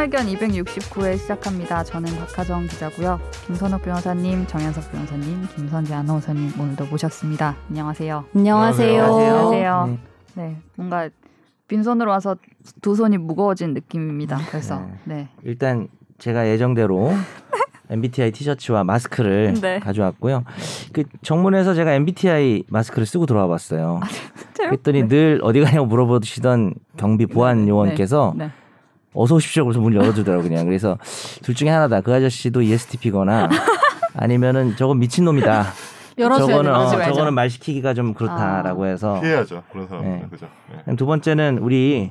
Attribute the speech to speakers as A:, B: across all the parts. A: 의견 269회 시작합니다. 저는 박하정 기자고요. 김선욱 변호사님, 정현석 변호사님, 김선재 아나운서님 오늘도 모셨습니다. 안녕하세요.
B: 안녕하세요.
C: 안녕하세요.
A: 안녕하세요.
C: 네.
A: 네, 뭔가 빈손으로 와서 두 손이 무거워진 느낌입니다. 그래서 네,
C: 일단 제가 예정대로 MBTI 티셔츠와 마스크를
A: 네.
C: 가져왔고요. 그 정문에서 제가 MBTI 마스크를 쓰고 돌아와 봤어요.
A: 진짜요?
C: 그랬더니 늘 어디 가냐고 물어보시던 경비 보안 요원께서
A: 네.
C: 어서 오십시오. 그래서 문 열어주더라고 그냥. 그래서 둘 중에 하나다. 그 아저씨도 ESTP거나 아니면은 저건 미친 놈이다.
B: 열어줘야
C: 저거는
B: 되는
C: 어,
B: 거지, 맞아.
C: 저거는 말 시키기가 좀 그렇다라고 해서
D: 네. 피해야죠 그런 사람들은
C: 네.
D: 그죠. 네.
C: 두 번째는 우리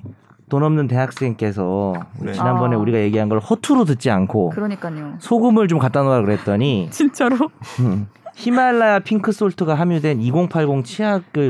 C: 돈 없는 대학생께서 우리
D: 네.
C: 지난번에
A: 아.
C: 우리가 얘기한 걸 허투루 듣지 않고
A: 그러니까요.
C: 소금을 좀 갖다 놓으라 그랬더니
A: 진짜로?
C: 히말라야 핑크 솔트가 함유된 2080 치약을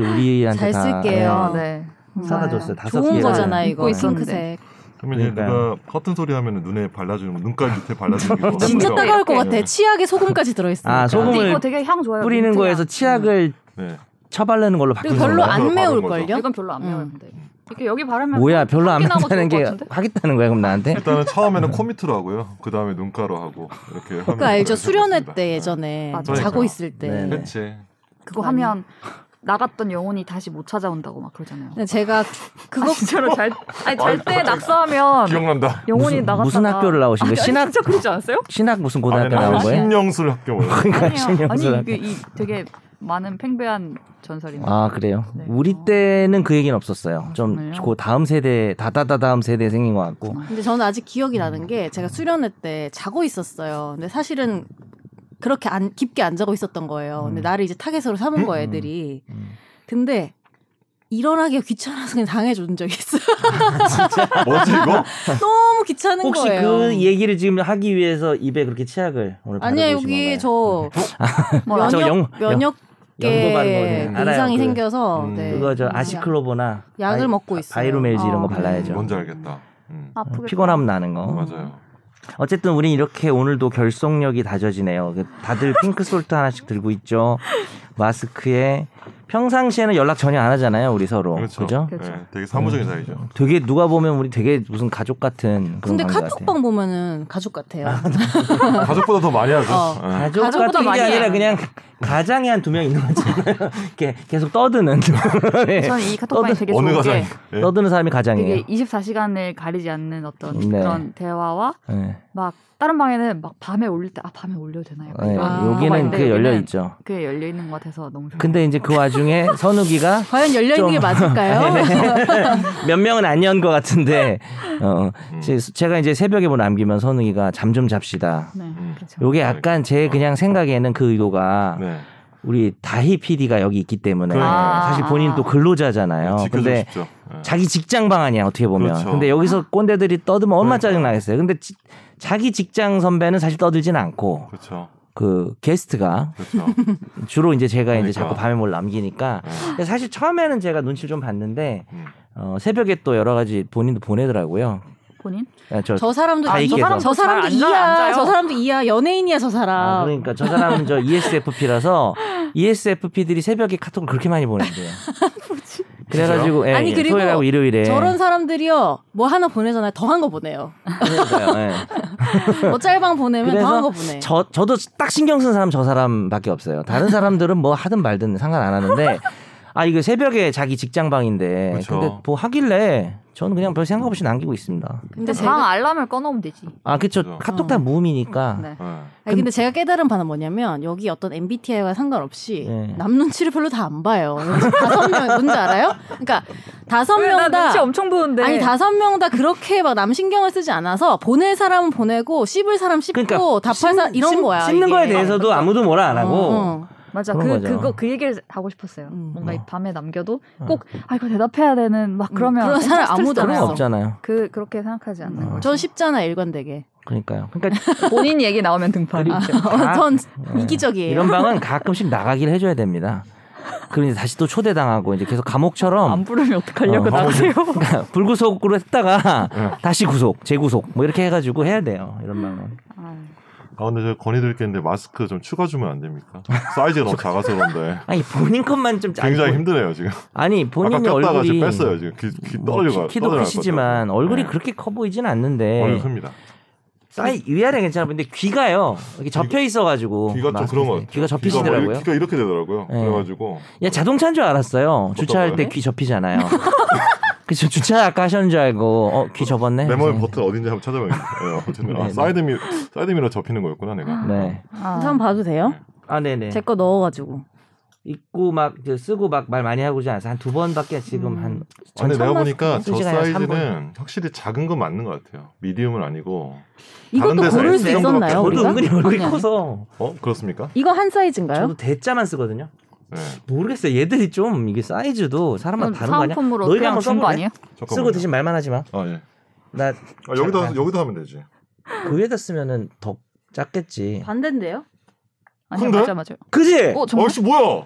B: 잘
C: 우리한테 다
B: 쓸게요.
A: 아, 네.
C: 네, 어, 사다 줬어요. 다섯
B: 좋은
C: 개를.
B: 거잖아
A: 입고
B: 이거
A: 있었는데.
B: 핑크색.
D: 그러면 이제
C: 그러니까요.
D: 누가 커튼 소리 하면 눈에 발라주는 거, 눈깔 밑에 발라주는 거.
B: 진짜
A: 이렇게,
B: 따가울 것
A: 이렇게.
B: 같아. 치약에 소금까지 들어있으니까.
C: 아, 소금을
A: 근데 이거 되게 음. 향 좋아요.
C: 뿌리는
A: 민트향.
C: 거에서 치약을
D: 네.
C: 쳐바르는 걸로
B: 그리고
C: 바꾼
B: 별로
C: 거야.
B: 안
D: 바른
B: 매울
D: 거죠.
B: 걸요?
A: 네. 이건 별로 안 매워요.
B: 음.
A: 근데 이렇게 여기 바르면
C: 뭐야 별로 안
A: 확인하고
C: 맞다는
A: 좋을
C: 게
A: 것 같은데?
C: 하겠다는 거야 그럼 나한테?
D: 일단은 처음에는 코 밑으로 하고요. 그 다음에 눈가로 하고 이렇게. 하는
B: 그 알죠?
D: 거를
B: 수련회
D: 해보겠습니다.
B: 때 예전에
A: 맞아요.
B: 자고
D: 그러니까요.
B: 있을 때.
C: 네.
D: 그렇지.
A: 그거 하면 나갔던 영혼이 다시 못 찾아온다고 막 그러잖아요.
C: 네.
A: 아,
B: 근데 제가 그거
A: 진짜로 잘 아니 잘 때 낙서하면
D: 기억난다.
A: 영혼이
C: 뭐? 무슨,
A: 나갔다가
C: 무슨 학교를 나오신 거예요? 신학
A: 진짜 그러지 않았어요?
C: 신학 무슨
D: 아,
C: 고등학교
D: 네,
C: 나온
A: 네.
C: 거예요?
D: 신영술 학교. 뭐
A: 아니요.
C: 신영수를
A: 아니 이게 이 되게 많은 팽배한 전설입니다.
C: 아 그래요?
A: 네. 아,
C: 우리 때는 그 얘기는 없었어요. 좀
A: 정말요?
C: 그 다음 세대 다다다 다음 세대 생긴 것 같고
B: 근데 저는 아직 기억이 나는 게 제가 수련회 때 자고 있었어요. 근데 사실은 그렇게 안 깊게 안 자고 있었던 거예요. 근데
C: 음.
B: 나를 이제 타겟으로 삼은 거예요,
C: 음.
B: 애들이.
C: 음.
B: 근데 일어나기가 귀찮아서 그냥 당해준 적이 있어요.
D: 뭐지 이거?
B: 너무 귀찮은
C: 혹시
B: 거예요.
C: 그 얘기를 지금 하기 위해서 입에 그렇게 치약을 오늘
B: 아니야
C: 바르고 오신
B: 여기
C: 건가요?
B: 저
A: 뭐라?
C: 저 영-
B: 면역
C: 연고반 거
B: 면역계
C: 그냥
B: 그
C: 알아요.
B: 이상이
C: 그-
B: 생겨서
D: 음.
B: 네.
C: 그거 저
B: 음.
C: 아시클로버나
B: 약을
C: 바이-
B: 먹고 있어요.
C: 바이로멜즈 이런 거
A: 아,
C: 발라야죠.
D: 뭔지 알겠다. 음.
A: 아프겠다.
C: 피곤하면 나는 거.
D: 맞아요.
C: 어쨌든 우린 이렇게 오늘도 결속력이 다져지네요. 그 다들 핑크 솔트 하나씩 들고 있죠. 마스크에 평상시에는 연락 전혀 안 하잖아요, 우리 서로.
D: 그렇죠.
C: 어, 그죠?
A: 그렇죠.
D: 네, 되게 사무적인 사이죠.
C: 되게 누가 보면 우리 되게 무슨 가족 같은 그런
B: 근데
C: 관계 같아요.
B: 카톡방 보면은 가족 같아요.
D: 가족보다 더 많이 하죠.
B: 어.
D: 네.
C: 가족
B: 가족보다
C: 같은 게
B: 많이
C: 아니라
B: 해요.
C: 그냥 가장이 한 두 명 있는 거잖아요. 이렇게 계속 떠드는. 네.
A: 저는 이 카톡방이
C: 떠드-
A: 되게 좋은
D: 어느
A: 게
D: 가장? 네.
C: 떠드는 사람이 가장이에요.
A: 되게 24시간을 가리지 않는 어떤
C: 네.
A: 그런 대화와
C: 네.
A: 막 다른 방에는 막 밤에 올릴 때 아 밤에 올려도 되나요?
C: 네,
B: 아,
C: 여기는
A: 그
C: 그게 열려 있죠.
A: 그게 열려 있는 것 같아서 너무 좋아요.
C: 근데 이제 그 와중에 선우기가
B: 과연 열려 있는
C: 좀- 네.
B: 게 맞을까요?
C: 몇 명은 아니었는 것 같은데 어,
D: 음.
C: 제- 제가 이제 새벽에 뭐 남기면 선우기가 잠 좀 잡시다.
A: 네,
D: 음.
A: 그렇죠.
C: 요게 약간 제 그냥 생각에는 그 의도가
D: 네.
C: 우리 다희 PD가 여기 있기 때문에
D: 그러니까요.
B: 아.
C: 사실 본인 또
D: 네,
C: 어, 근로자잖아요.
D: 지켜주고
C: 근데
D: 싶죠. 네.
C: 자기 직장 방아냐 어떻게 보면.
D: 그렇죠. 네.
C: 근데 여기서 꼰대들이 떠들면 얼마나
D: 그러니까요.
C: 짜증 나겠어요. 근데 지- 자기 직장 선배는 사실 떠들진 않고
D: 그렇죠.
C: 그 게스트가
D: 그렇죠.
C: 주로 이제 제가 이제
D: 그러니까.
C: 자꾸 밤에 뭘 남기니까
D: 네.
C: 근데 사실 처음에는 제가 눈치를 좀 봤는데
D: 음.
C: 어, 새벽에 또 여러 가지 본인도 보내더라고요.
A: 본인?
C: 아, 저,
B: 저 사람도
C: 아, 저 사람도
B: 저 사람도
A: 잘 앉아-
B: 이야
A: 앉아요.
B: 저 사람도 이야 연예인이야 저 사람.
C: 아, 그러니까 저 사람은 저 ESFP라서 E ESFP들이 새벽에 카톡을 그렇게 많이 보낸대요. 그래가지고 예,
B: 아니,
C: 예,
B: 그리고
C: 토요일하고 일요일에
B: 저런 사람들이요 뭐 하나 보내잖아요 더 한 거 보내요.
C: 그러니까요, 예.
B: 뭐 짤방 보내면 더
C: 그래서
B: 한 거 보내.
C: 저 저도 딱 신경 쓴 사람 저 사람밖에 없어요. 다른 사람들은 뭐 하든 말든 상관 안 하는데 아 이거 새벽에 자기 직장 방인데
B: 그렇죠.
D: 그쵸.
C: 근데 뭐 하길래 저는 그냥 별 생각 없이 남기고 있습니다.
A: 근데
B: 근데
A: 그러니까 방
B: 제가
A: 알람을 꺼놓으면 되지.
C: 아 그쵸
B: 그렇죠.
D: 그죠.
C: 카톡 다 무음이니까
A: 네.
D: 네.
B: 아니, 근데 제가 깨달은 바는 뭐냐면 여기 어떤 MBTI와 상관없이
C: 예.
B: 남 눈치를 별로 다 안 봐요. 다섯 명 뭔지 알아요? 그러니까 다섯
A: 왜? 나 눈치
B: 명다
A: 엄청 보는데.
C: 네.
B: 아니 다섯 명 다 그렇게 막 남 신경을 쓰지 않아서 보낼 사람은 보내고 씹을 사람 씹고
C: 그러니까
B: 답할 사람 이런
C: 씹-
B: 거야.
C: 씹는
B: 이게. 그러니까.
C: 거에 대해서도 아무도 뭐라 안 하고
B: 어, 어.
A: 맞아. 그
C: 그런 거죠.
A: 그거 그 얘기를 하고 싶었어요.
B: 음.
A: 뭔가 이 밤에 남겨도
C: 어.
A: 꼭 아 이거 대답해야 되는 막 그러면
B: 그런 사람
A: 엄청 스트레스
B: 아무도 없잖아요.
C: 그런 거
A: 받아요.
C: 없잖아요.
A: 그 그렇게 생각하지 않는 거죠.
B: 어. 전 쉽잖아 일관되게.
C: 그러니까요. 그러니까
A: 본인 얘기 나오면 등판이죠.
C: 다-
B: 전
C: 예.
B: 이기적이에요.
C: 이런 방은 가끔씩 나가기를 해줘야 됩니다. 그럼 이제 다시 또 초대당하고 이제 계속 감옥처럼
B: 아,
A: 안 부르면 어떡하려고
C: 어.
A: 나가세요.
C: 불구속으로 했다가
D: 네. 음.
C: 다시 구속, 재구속 뭐 이렇게 해가지고 해야 돼요. 이런 방은.
A: 아,
D: 아 근데 제가 건의드릴게는데 마스크 좀 추가 주면 안 됩니까? 사이즈가 너무 작아서 그런데
C: 아니 본인 것만 좀 아니,
D: 굉장히
C: 본-
D: 힘드네요 지금.
C: 아니
D: 아까
C: 본인이
D: 꼈다가
C: 얼굴이
D: 지금 뺐어요 지금. 귀, 귀
C: 뭐
D: 떨어져가.
C: 키, 도 크시지만 얼굴이 그렇게 커 보이진 않는데
D: 네. 얼굴 큽니다.
C: 사이 위아래 괜찮아 근데 귀가요 이렇게 접혀 있어가지고
D: 귀가 좀
C: 뭐 마스크
D: 그런 것
C: 때문에.
D: 같아요.
C: 귀가
D: 뭐 이렇게-
C: 접히시더라고요.
D: 귀가 이렇게 되더라고요.
C: 네.
D: 그래가지고
C: 야 자동차인 줄 알았어요. 주차할 때
D: 거예요?
C: 귀 접히잖아요. 그쵸 주차 아까 하셨는 줄 알고 어 귀 접었네.
D: 내 몸의
C: 그래서.
D: 버튼 어딘지 한번 찾아봐야겠다. 네, 어쨌든 아,
C: 네,
D: 사이드미 사이드미러 접히는 거였구나 내가.
C: 네.
A: 아,
B: 한번 봐도 돼요?
C: 아 네네.
B: 제 거 넣어가지고.
C: 입고 막그 쓰고 막 말 많이 하고지 않아서 한 두 번밖에 지금
B: 음.
C: 한.
D: 아니
C: 전
D: 내가
C: 처음
D: 보니까
C: 봤을
D: 저
C: 때 솔직히 한
D: 사이즈는 확실히 작은 건 맞는 것 같아요. 미디움은 아니고. 다른
B: 이것도
D: 데서
B: 고를 수
D: S 정도밖에
B: 있었나요?
D: 못
C: 저도
B: 우리가?
C: 은근히 얼굴이
B: 아니, 아니.
C: 커서
D: 어 그렇습니까?
B: 이거 한 사이즈인가요?
C: 저도 대자만 쓰거든요.
D: 네.
C: 모르겠어요. 얘들이 좀 이게 사이즈도
A: 그럼
C: 사람마다 다른 거
A: 음,
C: 아니야?
A: 사은품으로
C: 너희가
A: 그냥
C: 한번
A: 준거
C: 써볼래?
A: 아니에요?
D: 잠깐만요.
C: 쓰고 대신 말만 하지 마.
D: 아 예.
C: 나
D: 아, 여기다
C: 잠깐.
D: 여기다 하면 되지.
C: 그 위에다 쓰면은 더
B: 아,
C: 작겠지.
B: 반대인데요?
A: 아니요
D: 근데?
A: 맞아 맞아.
C: 그지?
A: 어 정말
D: 아씨 뭐야?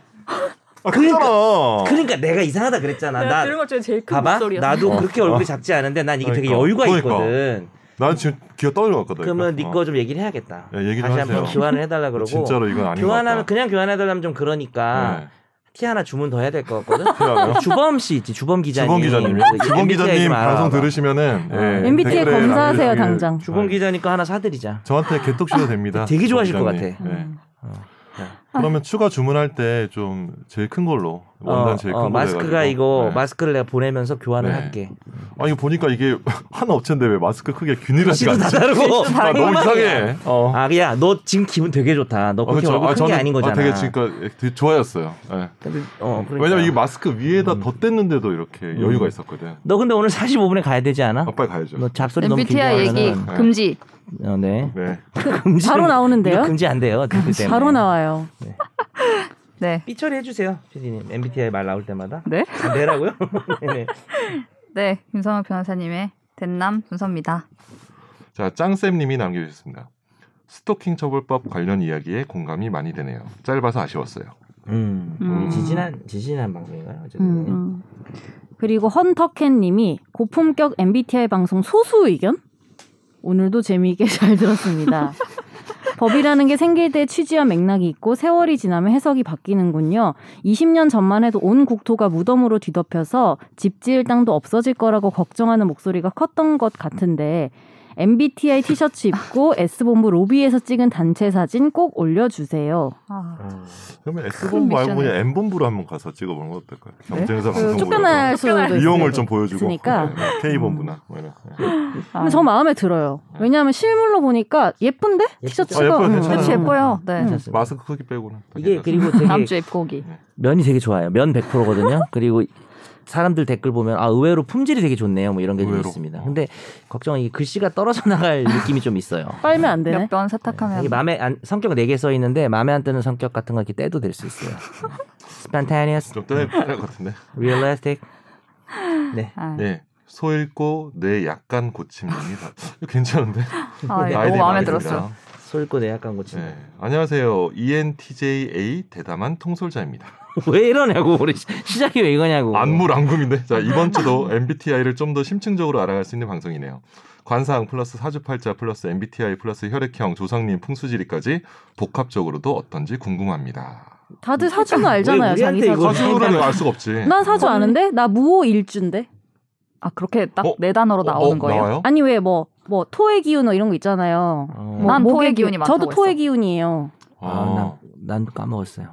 D: 아
C: 그러니까-
D: 크잖아.
C: 그러니까 내가 이상하다 그랬잖아. 나
B: 것 중에 제일
C: 봐봐. 나도
D: 어.
C: 그렇게 얼굴이 작지 않은데 난 이게 되게
D: 그러니까.
C: 여유가
D: 그러니까.
C: 있거든.
D: 난 지금 귀가 떨려갔거든.
C: 그러면 네 거 좀 얘기를 해야겠다.
D: 야, 얘기 좀
C: 다시 한번
D: 하세요. 뭐
C: 교환을 해달라 그러고.
D: 진짜로 이건 아닌 것 같다.
C: 교환하면 그냥 교환해달라면 좀 그러니까
D: 네.
C: 티 하나 주문 더 해야 될 것 같거든.
D: 필요하면.
C: 주범 씨 있지 주범 기자님.
D: 네. 주범 기자님이
C: 그
D: 주범
C: MBTI 좀
D: 기자님
C: 알아봐.
D: 방송 들으시면은
C: 어.
D: 예,
B: MBTI
D: 댓글에
B: 검사하세요,
D: 남겨주시길-
B: 당장.
C: 주범
D: 네.
C: 기자니까 하나 사드리자.
D: 저한테 개톡 씨도 됩니다.
C: 되게 좋아하실 것
D: 주범 기자님.
C: 같아. 음. 어.
D: 네. 그러면 추가 주문할 때 좀 제일 큰 걸로 원단 제일 큰 걸로
C: 어, 마스크가
D: 해가지고.
C: 이거
D: 네.
C: 마스크를 내가 보내면서 교환을
D: 네.
C: 할게.
D: 아 이거 보니까 이게 한 업체인데 왜 마스크 크게 균일하지가
C: 시도 다
D: 않지?
C: 다르고.
D: 아, 그러니까 너무 이상해. 어.
C: 아야 너 지금 기분 되게 좋다. 너 그렇게
D: 그쵸.
C: 얼굴 큰게
D: 저는-
C: 아닌 거잖아.
D: 아, 되게 지금 되게 좋아졌어요. 예.
C: 근데, 어, 그러니까.
D: 왜냐면 이게 마스크 위에다 덧댔는데도 이렇게
C: 음.
D: 여유가 있었거든.
C: 너 근데 오늘 45분에 가야 되지 않아?
D: 아, 빨리 가야죠.
C: 너 잡소리 너무 길게
A: MBTI 얘기
C: 하면은 아.
A: 금지.
C: 어, 네.
D: 네.
C: 금지
B: 바로 나오는데요?
C: 금지 안 돼요. 금지 때문에.
B: 바로 나와요.
A: 네.
C: 삐처리 해주세요, PD님. MBTI 말 나올 때마다.
A: 네.
C: 네라고요? 네.
A: 네. 김선호 변호사님의 된남 순서입니다.
D: 자, 짱쌤님이 남겨주셨습니다. 스토킹 처벌법 관련 이야기에 공감이 많이 되네요. 짧아서 아쉬웠어요.
C: 음.
A: 음.
C: 지진한 지진한 방송인가요? 어쨌든.
B: 음, 음. 그리고 헌터캣님이 고품격 MBTI 방송 소수 의견? 오늘도 재미있게 잘 들었습니다. 법이라는 게 생길 때 취지와 맥락이 있고 세월이 지나면 해석이 바뀌는군요. 20년 전만 해도 온 국토가 무덤으로 뒤덮여서 집 지을 땅도 없어질 거라고 걱정하는 목소리가 컸던 것 같은데 MBTI 티셔츠 입고 S본부 로비에서 찍은 단체 사진 꼭 올려주세요.
A: 아,
C: 음.
D: 그러면 S본부 말고
A: 미션을.
D: 그냥 M본부로 한번 가서 찍어보는 거 어떨까요? 경쟁사
A: 그
D: 방송국에서
B: 쫓겨날 수도 있어요.
D: 이용을 좀 보여주고
B: 있으니까.
D: 네, 네. K본부나 뭐 이런. 네.
B: 근데
A: 아.
B: 저 마음에 들어요. 왜냐면 실물로 보니까 예쁜데 티셔츠가
D: 아, 예뻐요,
B: 음.
D: 괜찮아요.
A: 그치 예뻐요. 네.
B: 음.
C: 괜찮습니다.
D: 마스크 크기 빼고는
C: 이게 그리고 되게
A: 다음 주에 입고 오기.
C: 면이 되게 좋아요. 면 100%거든요. 그리고 사람들 댓글 보면 아 의외로 품질이 되게 좋네요. 뭐 이런 게 좀
D: 의외로.
C: 있습니다. 근데 걱정은 이 글씨가 떨어져 나갈 느낌이 좀 있어요.
B: 빨면 안 되네.
A: 몇 번 세탁하면
C: 이게 마음에 안, 성격 4개 써 있는데 마음에 안 드는 성격 같은 거 이렇게 떼도 될 수 있어요. spontaneous,
D: 좀 떼야 될것 같은데.
C: realistic. 네.
A: 아,
D: 네. 소 읽고 뇌 약간 고침입니다. 괜찮은데?
A: 아, 예,
D: 아이들이
A: 너무 마음에
D: 많이
A: 들었어요.
D: 들어요.
C: 솔고 내 약간 고친.
D: 네. 안녕하세요. E ENTJA 대담한 통솔자입니다.
C: 왜 이러냐고 우리 시- 시작이 왜 이거냐고.
D: 네. 안무랑궁인데 자 이번 주도 MBTI를 좀 더 심층적으로 알아갈 수 있는 방송이네요. 관상 플러스 사주팔자 플러스 MBTI 플러스 혈액형 조상님 풍수지리까지 복합적으로도 어떤지 궁금합니다.
B: 다들 사주는 알잖아요.
C: 왜 우리한테
B: 자기 사주.
C: 이걸
D: 사주로는 알 수가 없지.
B: 난 사주 아는데 나 무호 일주인데.
A: 아 그렇게 딱
D: 어?
A: 네 단어로 나오는
D: 어,
A: 거예요.
D: 나와요?
B: 아니 왜 뭐 뭐 토의 기운 뭐 이런 거 있잖아요.
C: 어,
A: 난
B: 목의
A: 토의
B: 기운.
A: 기운이
B: 저도
A: 많다고
B: 토의
A: 했어.
B: 기운이에요.
D: 아,
C: 아, 난, 난 까먹었어요.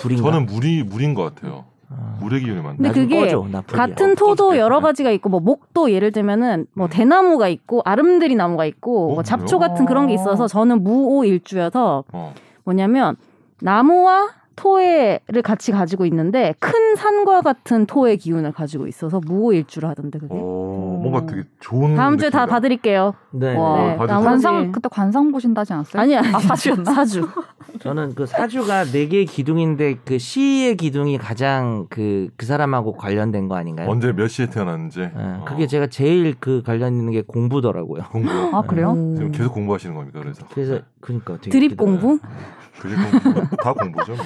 C: 불인가?
D: 저는 물이 물인 것 같아요.
C: 아,
D: 물의 기운이 많다.
B: 근데
C: 나좀
B: 그게
C: 꺼줘, 나 불이야. 어.
B: 같은 토도 여러 가지가 있고 뭐 목도 예를 들면은 뭐 대나무가 있고 아름드리 나무가 있고
D: 어,
B: 뭐 잡초
A: 그래요?
B: 같은 그런 게 있어서 저는 무오 일주여서
D: 어.
B: 뭐냐면 나무와 토해를 같이 가지고 있는데 큰 산과 같은 토의 기운을 가지고 있어서 무오일주를 하던데 그게.
D: 오, 뭔가 되게 좋은.
B: 다음 주에 다
D: 느낌이다.
B: 봐드릴게요.
C: 네.
A: 와,
D: 네, 나머지-
A: 아, 관상 그때 관상 보신다 하지 않았어요?
B: 아니 아니
A: 아, 사주였나?
B: 사주.
C: 저는 그 사주가 네 개의 기둥인데 그 시의 기둥이 가장 그 그 사람하고 관련된 거 아닌가요?
D: 언제 몇 시에 태어났는지.
C: 예,
D: 어.
C: 그게 제가 제일 그 관련 있는 게 공부더라고요.
D: 공부.
A: 아 그래요?
C: 음.
D: 지금
B: 음.
D: 계속 공부하시는 겁니까? 그래서.
C: 그래서 그러니까 되게
B: 드립
C: 웃기더라고요.
B: 공부?
D: 그게 공부. 다 공부죠. 뭐.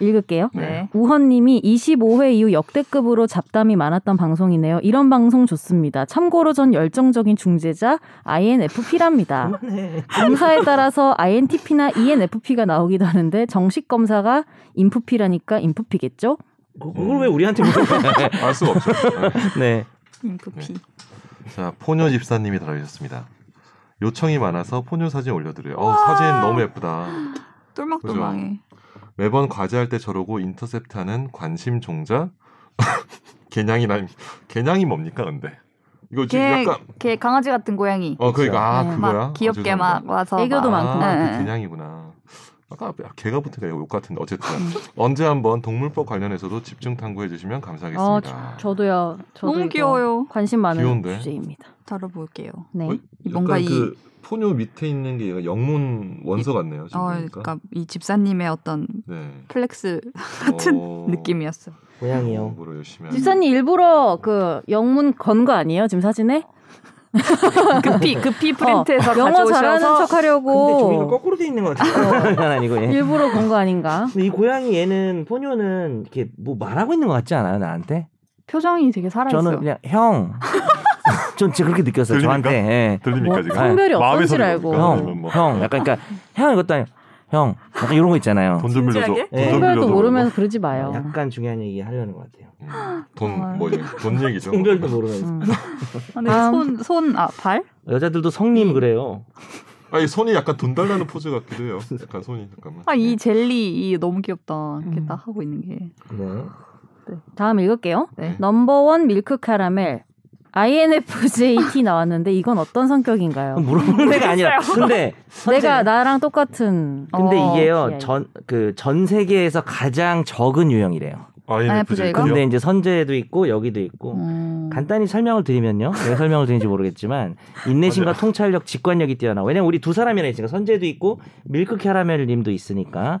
B: 읽을게요.
A: 네.
B: 우헌님이 25회 이후 역대급으로 잡담이 많았던 방송이네요. 이런 방송 좋습니다. 참고로 전 열정적인 중재자 INFP랍니다.
A: 네.
B: 검사에 따라서 INTP나 E ENFP가 나오기도 하는데 정식 검사가 INFP라니까 INFP겠죠?
C: 그걸 왜 우리한테 물어봐?
D: 알 수가 없죠. 네.
C: 네.
A: 인프피.
D: 자, 포뇨 집사님이 달아주셨습니다. 요청이 많아서 포뇨 사진 올려드려요. 어, 사진 너무 예쁘다.
A: 똘망똘망해.
D: 매번 과제할 때 저러고 인터셉트하는 관심 종자 개냥이란 개냥이 뭡니까 근데 이거 지금
A: 걔,
D: 약간
A: 걔 강아지 같은 고양이.
D: 어 그러니까 아
B: 네.
D: 그거야
A: 막 귀엽게
D: 아,
A: 막
D: 죄송합니다.
A: 와서.
B: 애교도
A: 막.
B: 많고.
D: 아,
A: 네.
D: 그 개냥이구나 아까 앞에 개가 붙은 게욕 같은데 어쨌든 언제 한번 동물법 관련해서도 집중 탐구해 주시면
B: 어,
D: 감사하겠습니다.
B: 저, 도요 저도
A: 너무
B: 이거
A: 귀여워요.
B: 관심 많은
D: 귀여운데?
B: 주제입니다.
A: 다뤄볼게요.
B: 네.
D: 어이?
A: 뭔가 이-
D: 포뇨 그 밑에 있는 게 얘가 영문 원서 같네요.
A: 어, 그러니까 이 집사님의 어떤
D: 네.
A: 플렉스 같은
D: 어,
A: 느낌이었어.
C: 고양이요.
D: 공부를 열심히 하는-
B: 집사님 일부러 그 영문 건 거 아니에요? 지금 사진에?
A: 급히 급히 어, 프린트해서
B: 영어
A: 가져오셔서
B: 잘하는 척
C: 근데 종이가
B: 하려고
C: 거꾸로 돼 있는 것 같아요. 그건 아니고
D: 음.
C: 예.
B: 어. 일부러 건 거 아닌가?
C: 근데 이 고양이 얘는 포뇨는 이렇게 뭐 말하고 있는 것 같지 않아요 나한테?
A: 표정이 되게 살아있어요.
C: 저는 그냥 형. 전 진짜 그렇게 느꼈어요
D: 들립니까?
C: 저한테. 예.
D: 들립니까
B: 뭐,
D: 지금?
B: 성별이
D: 마음의
B: 어떤지를
D: 소리가
B: 알고.
D: 들립니까? 아니면
C: 형,
D: 뭐
C: 형, 약간 그러니까 형 이것도 아니고 형, 약간 이런 거 있잖아요.
D: 돈좀 빌려줘.
A: 진지하게?
D: 돈좀
C: 예.
B: 성별도
D: 빌려줘.
B: 모르면서 그러지 마요.
C: 아, 약간 중요한 얘기 하려는 것 같아요.
D: 음, 돈
A: 정말.
D: 뭐지? 돈 얘기죠.
C: 성별도 모르면서
B: 음.
A: 아, 근데
B: 아.
A: 손, 손, 아, 발?
C: 여자들도 성님 그래요.
D: 아니 손이 약간 돈 달라는 포즈 같기도 해요. 약간 손이 잠깐만. 네.
A: 아, 이 젤리, 이 너무 귀엽다. 이렇게
B: 음.
A: 딱 하고 있는 게.
C: 네.
B: 다음 읽을게요.
A: 네.
B: 넘버원 밀크 카라멜 INFJT 나왔는데 이건 어떤
C: 음,
B: 성격인가요?
C: 물어보는 애가 아니라. 근데
B: 내가 나랑 똑같은
C: 근데
A: 어,
B: TI.
C: 이게요 전 그 전 세계에서 가장 적은 유형이래요.
A: 아,
D: 아, 예, INFJ
A: INFJ 가?
D: 군요?
C: 근데 이제 선재도 있고 여기도
D: 어.
C: 있고
A: 음.
C: 간단히 설명을 드리면요. 왜 설명을 드리는지 모르겠지만 인내심과 통찰력, 직관력이 뛰어나. 왜냐면 우리 두 사람이나 있으니까 선재도 있고 밀크 캐러멜 님도 있으니까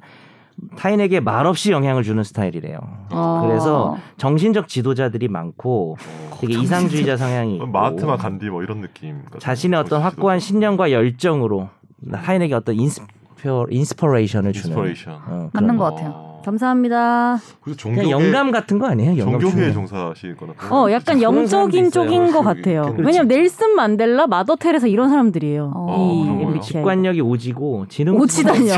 C: 타인에게 말없이 영향을 주는 스타일이래요.
A: 어.
C: 그래서 정신적 지도자들이 많고
D: 어,
C: 되게 이상주의자 성향이 있고
D: 마하트마 간디 뭐 이런 느낌. 같은
C: 자신의 어떤
D: 포즈도.
C: 확고한 신념과 열정으로 타인에게 어떤 인스피어, 인스퍼레이션을 주는
D: 인스퍼레이션.
C: 어, 그런
A: 맞는
C: 거.
A: 것 같아요.
D: 어.
B: 감사합니다.
D: 그래서 종교계
C: 그냥 영감 같은 거 아니에요? 영감
D: 종교회
C: 중에.
D: 아, 종사시거나.
B: 어, 약간
C: 그런
B: 영적인
C: 사람도 있어요.
B: 쪽인 것
D: 그렇지.
B: 같아요.
D: 그렇지.
B: 왜냐면 넬슨 만델라, 마더 테레사 이런 사람들이에요.
A: 어.
B: 이
D: 그런 거예요?
B: MBTI.
C: 직관력이 오지고 지능
B: 오지다니요.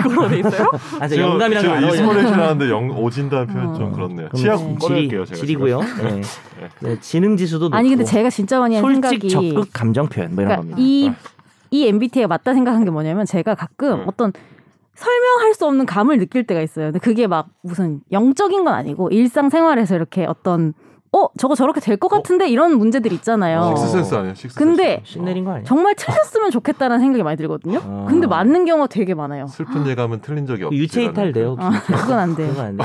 C: 아, 진짜 영감이랑
D: 지금
C: 안 어울려요.
D: 인스퍼레이션 하는데 영 오진다는 표현
B: 어.
D: 좀 그렇네요.
C: 음, 그럼
D: 치약
B: 네.
D: 꺼낼게요 제가.
C: 지리고요. 네. 네, 지능 지수도 높고.
B: 아니 근데 제가 진짜 많이 한
C: 솔직
B: 생각이
C: 적극 감정 표현 뭐 이런
B: 그러니까
C: 겁니다.
B: 이, 이 MBTI가 맞다 생각한 게 뭐냐면 제가 가끔
C: 음.
D: 네.
B: 어떤 설명할 수 없는 감을 느낄 때가 있어요. 근데 그게 막 무슨 영적인 건 아니고 일상생활에서 이렇게 어떤 어 저거 저렇게 될 것 같은데 이런 문제들
D: 지금.
B: 있잖아요.
C: 어.
D: 식스센스 아니에요? 식스센스.
B: 근데
C: 신내린 거 아니야?
B: 정말 틀렸으면 좋겠다는 생각이 많이 들거든요.
C: 어.
B: 근데 맞는 경우가 되게 많아요.
D: 슬픈 예감은 틀린 적이 없지.
C: 그 유체
D: 나는.
C: 이탈돼요.
B: 아, 그건 안 돼요.
C: 그거 안 돼.
B: 네.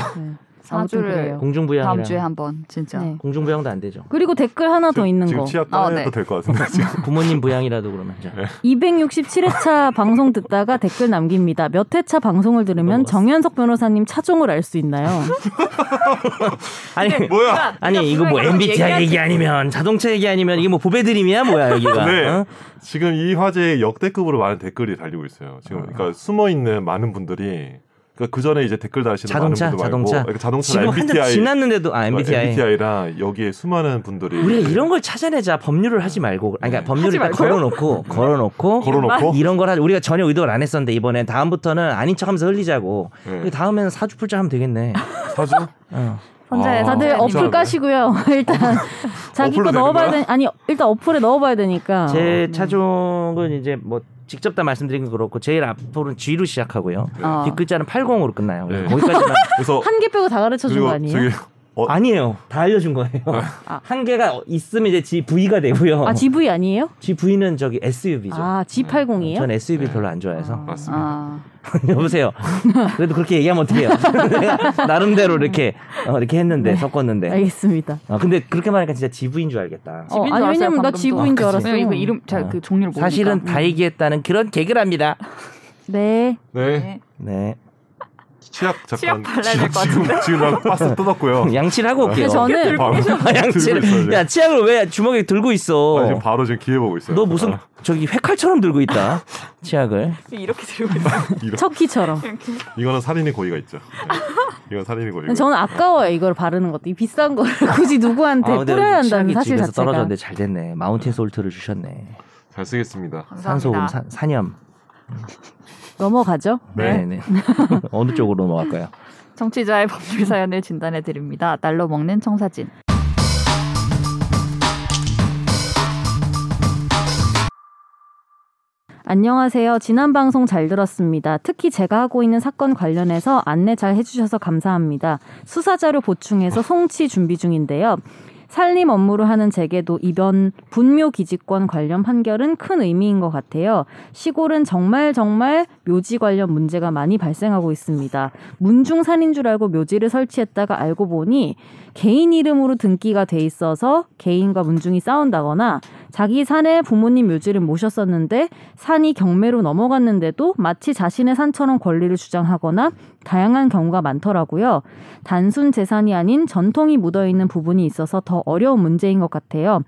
B: 아무튼
A: 사주를
B: 그래요.
C: 공중부양이랑
A: 다음 주에 한번 진짜.
B: 네.
C: 공중부양도 안 되죠.
B: 그리고 댓글 하나 더
D: 지금-
B: 있는
D: 지금
B: 거.
D: 치약
A: 아, 네.
D: 꺼내도 될 것 같은데 지금.
C: 부모님 부양이라도 그러면 이제
D: 네.
B: 267회차 방송 듣다가 댓글 남깁니다. 몇 회차 방송을 들으면
C: 넘어갔어.
B: 정현석 변호사님 차종을 알 수 있나요?
C: 아니
D: 뭐야?
C: 아니 이거 뭐 MBTI 얘기 아니면 자동차 얘기 아니면 이게 뭐 보배드림이야 뭐야 여기가?
D: 네.
C: 어?
D: 지금 이 화제에 역대급으로 많은 댓글이 달리고 있어요.
C: 아.
D: 지금 그러니까 숨어 있는 많은 분들이 그러니까 그 전에 이제 댓글 다시는
C: 자동차,
D: 많은 분들 말고
C: 자동차.
D: 그러니까 자동차
C: 지금 한달
D: MBTI 뭐
C: 지났는데도 아 MBTI.
D: 랑 여기에 수많은 분들이
C: 우리가 이런 걸 찾아내자 법률을 하지 말고 아니, 그러니까 법률을 일단
A: 말고요?
C: 걸어놓고
B: 네.
C: 걸어놓고
D: 걸어놓고
C: 이런 걸 하자. 우리가 전혀 의도를 안 했었는데 이번엔 다음부터는 아닌 척하면서 흘리자고.
D: 네.
C: 그 다음에는 사주풀자 하면 되겠네.
D: 사주
C: 어.
A: 선자의
D: 아,
B: 네, 다들
A: 선자님.
B: 어플
D: 어플
B: 까시고요. 일단 자기
D: 어플로
B: 거
D: 되는
B: 넣어봐야
D: 거야?
B: 되니 아니 일단 어플에 넣어봐야 되니까.
C: 제 차종은 이제 뭐 직접 다 말씀드린 건 그렇고 제일 앞으로는 G로 시작하고요.
D: 아,
B: 아.
A: 어.
C: 뒷글자는 80으로 끝나요.
D: 네.
C: 거기까지만
D: 그래서
B: 한 개 빼고 다 가르쳐 준 거 아니에요?
D: 저기 어,
C: 아니에요. 다 알려준 거예요.
B: 아.
C: 한 개가 있으면 이제 GV가 되고요.
B: 아 GV 아니에요?
C: GV는 저기 SUV죠. 네,
B: 아 G80이에요?
C: 전 SUV 별로 안 좋아해서
D: 맞습니다.
A: 아,
C: 여보세요. 그래도 그렇게 얘기하면 어떡해요. 내가 나름대로 이렇게 어, 이렇게 했는데 섞었는데.
B: 네. 알겠습니다.
C: 아 근데 그렇게 말하니까 진짜 GV인 줄 알겠다.
B: 어, 아니, 왜냐면 나 지구인 줄 알았어요.
A: 왜냐면 이거 이름 제가 그 종류를 모르니까.
C: 사실은
B: 음.
C: 다 얘기했다는 그런 개그랍니다.
B: 네.
D: 네
A: 네.
C: 네.
D: 치약 잠깐
A: 치약 발라야 될것
D: 지금 지금 지금 막 박스 뜯었고요.
C: 양치를 하고 올게요.
B: 근데 저는
D: 바로
C: 아,
D: 어. 들고 있어요.
C: 양치를.
D: 지금.
C: 야, 치약을 왜 주먹에 들고
D: 아,
C: 있어? 뭐-
D: 지금 바로 지금 기회 보고 있어요.
C: 너 무슨
D: 아,
C: 저기 회칼처럼 들고 있다. 치약을.
A: 이렇게 들고 있어.
D: 이런-
B: 척키처럼.
A: 이렇게.
D: 이거는 살인의 고의가 있죠. 네. 이건 살인이고 이거.
B: 근데 저는 아까워요 이걸 바르는 것도 이 비싼 거를 굳이 누구한테
C: 아, 근데
B: 뿌려야 한다는
C: 치약이
B: 사실
C: 집에서
B: 자체가
C: 떨어졌는데 잘 됐네. 마운틴 솔트를 주셨네.
D: 잘 쓰겠습니다.
A: 아,
C: 산소금,
A: 감사합니다.
C: 산- 산염.
B: 넘어가죠.
D: 네.
C: 네네. 어느 쪽으로 넘어갈까요?
A: 청취자의 법률 사연을 진단해 드립니다. 날로 먹는 청사진.
B: 안녕하세요. 지난 방송 잘 들었습니다. 특히 제가 하고 있는 사건 관련해서 안내 잘 해주셔서 감사합니다. 수사 자료 보충해서 송치 준비 중인데요. 살림 업무를 하는 제게도 이번 분묘 기지권 관련 판결은 큰 의미인 것 같아요. 시골은 정말 정말 묘지 관련 문제가 많이 발생하고 있습니다. 문중산인 줄 알고 묘지를 설치했다가 알고 보니 개인 이름으로 등기가 돼 있어서 개인과 문중이 싸운다거나 자기 산에 부모님 묘지를 모셨었는데 산이 경매로 넘어갔는데도 마치 자신의 산처럼 권리를 주장하거나 다양한 경우가 많더라고요. 단순 재산이 아닌 전통이 묻어있는 부분이 있어서 더 어려운 문제인 것 같아요.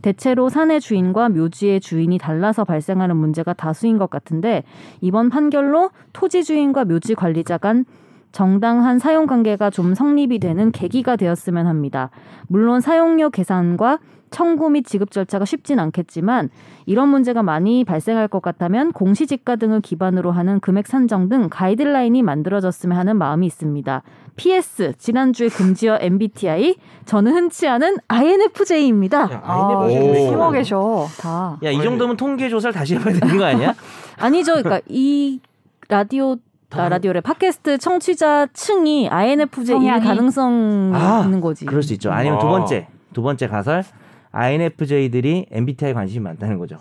B: 대체로 산의 주인과 묘지의 주인이 달라서 발생하는 문제가 다수인 것 같은데 이번 판결로 토지 주인과 묘지 관리자 간 정당한 사용 관계가 좀 성립이 되는 계기가 되었으면 합니다. 물론 사용료 계산과 청구 및 지급 절차가 쉽진 않겠지만 이런 문제가 많이 발생할 것 같다면 공시지가 등을 기반으로 하는 금액 산정 등 가이드라인이 만들어졌으면 하는 마음이 있습니다. PS 지난주에 금지어 MBTI 저는 흔치 않은 INFJ입니다.
A: 아,
D: 오.
A: 심어 계셔. 다.
C: 야, 이
A: 네.
C: 정도면 통계 조사를 다시 해봐야 되는 거 아니야?
B: 아니죠. 그러니까 이 라디오 아, 라디오래 팟캐스트 청취자 층이 INFJ일
A: 성향이?
B: 가능성
C: 아,
B: 있는 거지.
C: 그럴 수 있죠. 아니면 두
A: 어.
D: 아.
C: 번째, 두 번째 가설. INFJ들이 MBTI 관심이 많다는 거죠.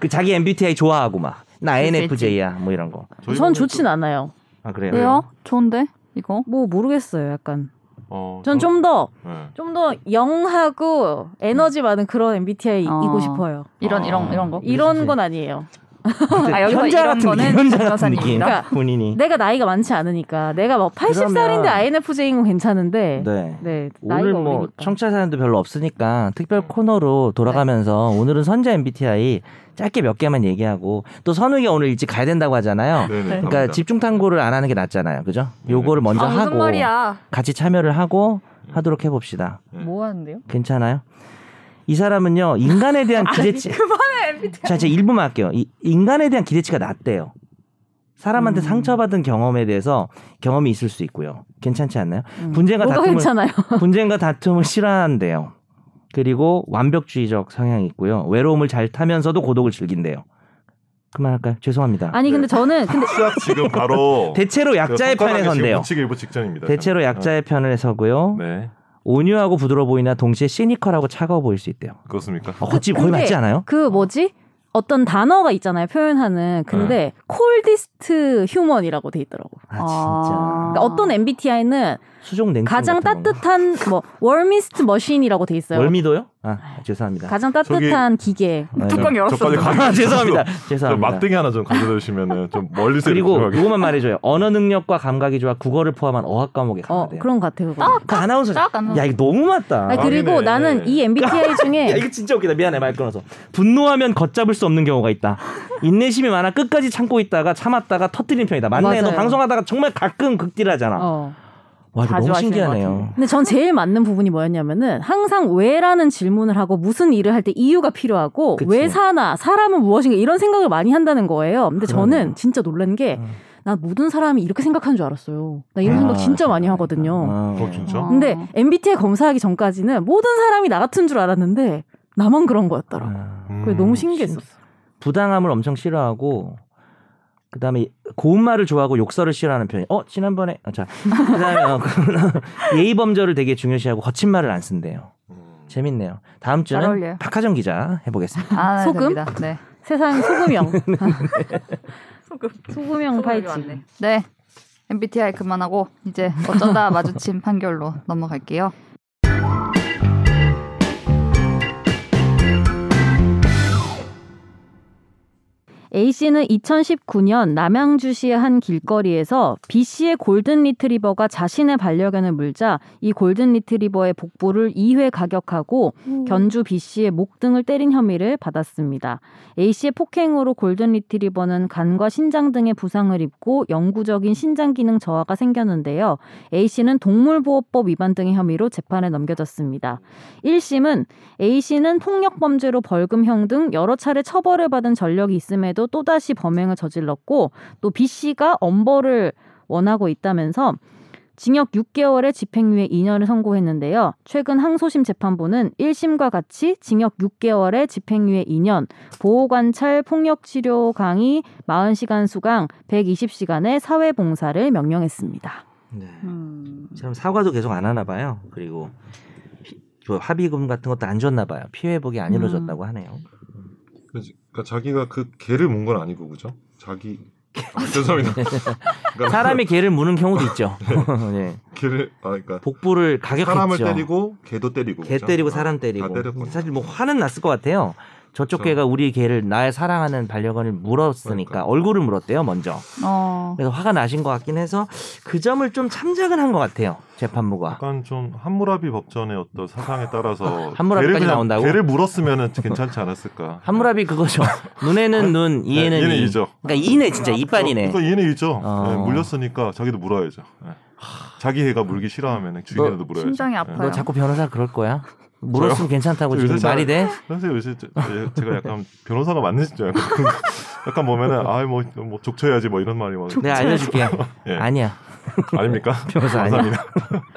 C: 그 자기 MBTI 좋아하고 막. 나
A: 그럴 수
C: INFJ야. 뭐 이런 거.
D: 저희
B: 전
D: 방송
B: 좋진 않아요.
C: 아, 그래요?
A: 왜요? 좋은데? 이거?
B: 뭐 모르겠어요. 약간
D: 어,
B: 전
D: 저-
B: 좀 더 좀 더
D: 네.
B: 영하고 에너지
C: 음.
B: 많은 그런 MBTI이고
A: 어.
B: 싶어요.
A: 이런
D: 아.
A: 이런 이런 거?
B: 이런 건 아니에요.
A: 아, 여기서
C: 네. 현자
A: 이런
C: 같은
A: 거는
C: 느 현자 같은
A: 변호사님이다.
C: 느낌.
B: 그러니까
C: 본인이.
B: 내가 나이가 많지 않으니까 내가 막 80살인데
C: 그러면-
B: INFJ인 건 괜찮은데 네,
C: 네. 오늘
B: 나이가
C: 뭐
B: 어리니까.
C: 청취자 사연도 별로 없으니까
A: 네.
C: 특별 코너로 돌아가면서 오늘은 선재 MBTI 짧게 몇 개만 얘기하고 또 선우이가 오늘 일찍 가야 된다고
D: 네네,
C: 하잖아요. 그러니까
D: 감사합니다. 네, 그렇죠.
C: 집중 탐구를 안 하는 게 낫잖아요. 그죠? 요거를 먼저
A: 아, 무슨
C: 하고
A: 말이야?
C: 같이 참여를 하고
D: 음.
C: 하도록 해 봅시다.
A: 뭐 하는데요?
C: 괜찮아요? 이 사람은요. 인간에 대한 기대치 자, 제가 1부만 할게요. 이 인간에 대한 기대치가 낮대요. 사람한테 상처받은 경험에 대해서 경험이 있을 수 있고요. 괜찮지 않나요?
B: 음.
C: 분쟁과
B: 뭐가
C: 다툼을
B: 괜찮아요.
C: 분쟁과 다툼을 싫어한대요. 그리고 완벽주의적 성향이 있고요. 외로움을 잘 타면서도 고독을 즐긴대요. 그만할까요? 죄송합니다.
B: 아니 근데 저는 근데
D: 시작 지금 바로
C: 대체로
D: 손가락에
C: 약자의 편에
D: 그 지금
C: 선대요.
D: 붙이기 일부 직전입니다.
C: 대체로
D: 저는. 어.
C: 약자의 편에 서고요.
D: 네,
C: 온유하고 부드러워 보이나 동시에 시니컬하고 차가워 보일 수 있대요.
D: 그렇습니까?
C: 어, 거의
B: 근데
C: 거의 맞지 않아요?
B: 그 뭐지? 어떤 단어가 있잖아요. 표현하는. 근데 콜디스트 휴먼이라고 돼 있더라고.
C: 아 진짜.
A: 아.
B: 그러니까 어떤 MBTI는
C: 수족 냉증
B: 가장
C: 같은 건가?
B: 따뜻한 뭐 월미스트 머신이라고 돼 있어요.
C: 월미도요? 아 죄송합니다.
B: 가장 따뜻한 기계.
C: 아,
D: 저-
A: 뚜껑 열었어.
D: 저까지
C: 아,
D: 가-
C: 죄송합니다.
D: 저
C: 죄송합니다.
D: 막대기 하나 좀 가져다 주시면은 좀 멀리서
C: 그리고
D: 이렇게
C: 이것만 말해줘요. 언어 능력과 감각이 좋아 국어를 포함한 어학 과목에
B: 어,
C: 강화돼요.
B: 그런 것 같아요. 그거.
C: 그 아나운서.
A: 쫙 아나운서.
C: 야 이거 너무 맞다.
B: 아니, 그리고
D: 아니네.
B: 나는 이 MBTI
C: 야
B: 중에
C: 아, 이거 진짜 웃기다. 미안해 말 끊어서. 분노하면 걷잡을 수 없는 경우가 있다. 인내심이 많아 끝까지 참고 있다가 참았다가 터뜨린 편이다. 맞네. 너
B: 맞아요.
C: 방송하다가 정말 가끔 극딜하잖아.
B: 어.
C: 와 이거
A: 자주
C: 너무
A: 하시는 것
C: 신기하네요.
A: 같은데.
B: 근데 전 제일 맞는 부분이 뭐였냐면은 항상 왜라는 질문을 하고 무슨 일을 할 때 이유가 필요하고
C: 그치.
B: 왜 사나 사람은 무엇인가 이런 생각을 많이 한다는 거예요. 근데
C: 그러네.
B: 저는 진짜 놀란 게
C: 음.
B: 나 모든 사람이 이렇게 생각하는 줄 알았어요. 나 이런
C: 아,
B: 생각 진짜 많이 하거든요.
C: 아,
D: 어, 진짜?
A: 어.
B: 근데 MBTI 검사하기 전까지는 모든 사람이 나 같은 줄 알았는데 나만 그런 거였더라고.
C: 아.
D: 음,
B: 그게 너무 신기했었어.
C: 부당함을 엄청 싫어하고 그다음에 고운 말을 좋아하고 욕설을 싫어하는 편이. 어 지난번에 어, 자 그다음에 어, 예의 범절을 되게 중요시하고 거친 말을 안 쓴대요.
D: 음.
C: 재밌네요. 다음
A: 잘
C: 주는
A: 어울려요.
C: 박하정 기자 해보겠습니다.
A: 아, 네,
B: 소금?
A: 됩니다. 네.
B: 세상 소금형.
A: 소금. 왔네.
B: 소금형 파이팅.
A: 네. MBTI 그만하고 이제 어쩌다 마주친 판결로 넘어갈게요.
B: A씨는 2019년 남양주시의 한 길거리에서 B씨의 골든 리트리버가 자신의 반려견을 물자 이 골든 리트리버의 복부를 2회 가격하고
A: 음.
B: 견주 B씨의 목 등을 때린 혐의를 받았습니다. A씨의 폭행으로 골든 리트리버는 간과 신장 등의 부상을 입고 영구적인 신장 기능 저하가 생겼는데요. A씨는 동물보호법 위반 등의 혐의로 재판에 넘겨졌습니다. 1심은 A씨는 폭력범죄로 벌금형 등 여러 차례 처벌을 받은 전력이 있음에도 또다시 범행을 저질렀고 또 B씨가 엄벌을 원하고 있다면서 징역 6개월에 집행유예 2년을 선고했는데요. 최근 항소심 재판부는 1심과 같이 징역 6개월에 집행유예 2년, 보호관찰 폭력치료 강의 40시간 수강 120시간의 사회봉사를 명령했습니다.
C: 네.
A: 음.
C: 참 사과도 계속 안 하나 봐요. 그리고 피- 그 합의금 같은 것도 안 줬나 봐요. 피해 회복이 안 이루어졌다고
A: 음.
C: 하네요.
D: 그러니까 자기가 그 개를 문 건 아니고 그죠? 자기 아, 죄송합니다. 그러니까
C: 사람이 개를 무는 경우도 있죠. 네.
D: 개를 아 그러니까
C: 복부를 가격했죠.
D: 사람을 때리고 개도 때리고
C: 개
D: 그죠?
C: 때리고
D: 아,
C: 사람 때리고.
D: 다 때렸군요.
C: 사실 뭐 화는 났을 것 같아요. 저쪽
D: 그렇죠.
C: 개가 우리 개를 나의 사랑하는 반려견을 물었으니까
D: 그러니까.
C: 얼굴을 물었대요 먼저.
A: 어.
C: 그래서 화가 나신 것 같긴 해서 그 점을 좀 참작은 한 것 같아요 재판부가.
E: 약간 좀 함무라비 법전의 어떤 사상에 따라서
C: 함무라비까지
E: 걔를 그냥-
C: 나온다고?
E: 걔를 물었으면 괜찮지 않았을까?
C: 함무라비 그거죠. 눈에는 눈, 이에는
E: 얘는
C: 이.
E: 이죠.
C: 그러니까 이네 진짜 이빨이네.
E: 그러니까 얘는 이죠.
C: 어.
E: 예, 물렸으니까 자기도 물어야죠. 예. 자기 애가 물기 싫어하면 주인이라도 물어야죠.
A: 심장이
E: 예.
A: 아파요.
C: 네. 너 자꾸 변호사 그럴 거야? 물었으면 괜찮다고
E: 저
C: 지금
E: 요새 잘-
C: 말이 돼?
E: 그래서 요새 저- 예, 제가 약간 변호사가 맞는지 줄 알고 약간 보면은 아뭐 뭐 족쳐야지 뭐 이런 말이 막
C: 내가 알려줄게요.
E: 예.
C: 아니야.
E: 아닙니까?
C: 변호사 아니야.
E: 감사합니다.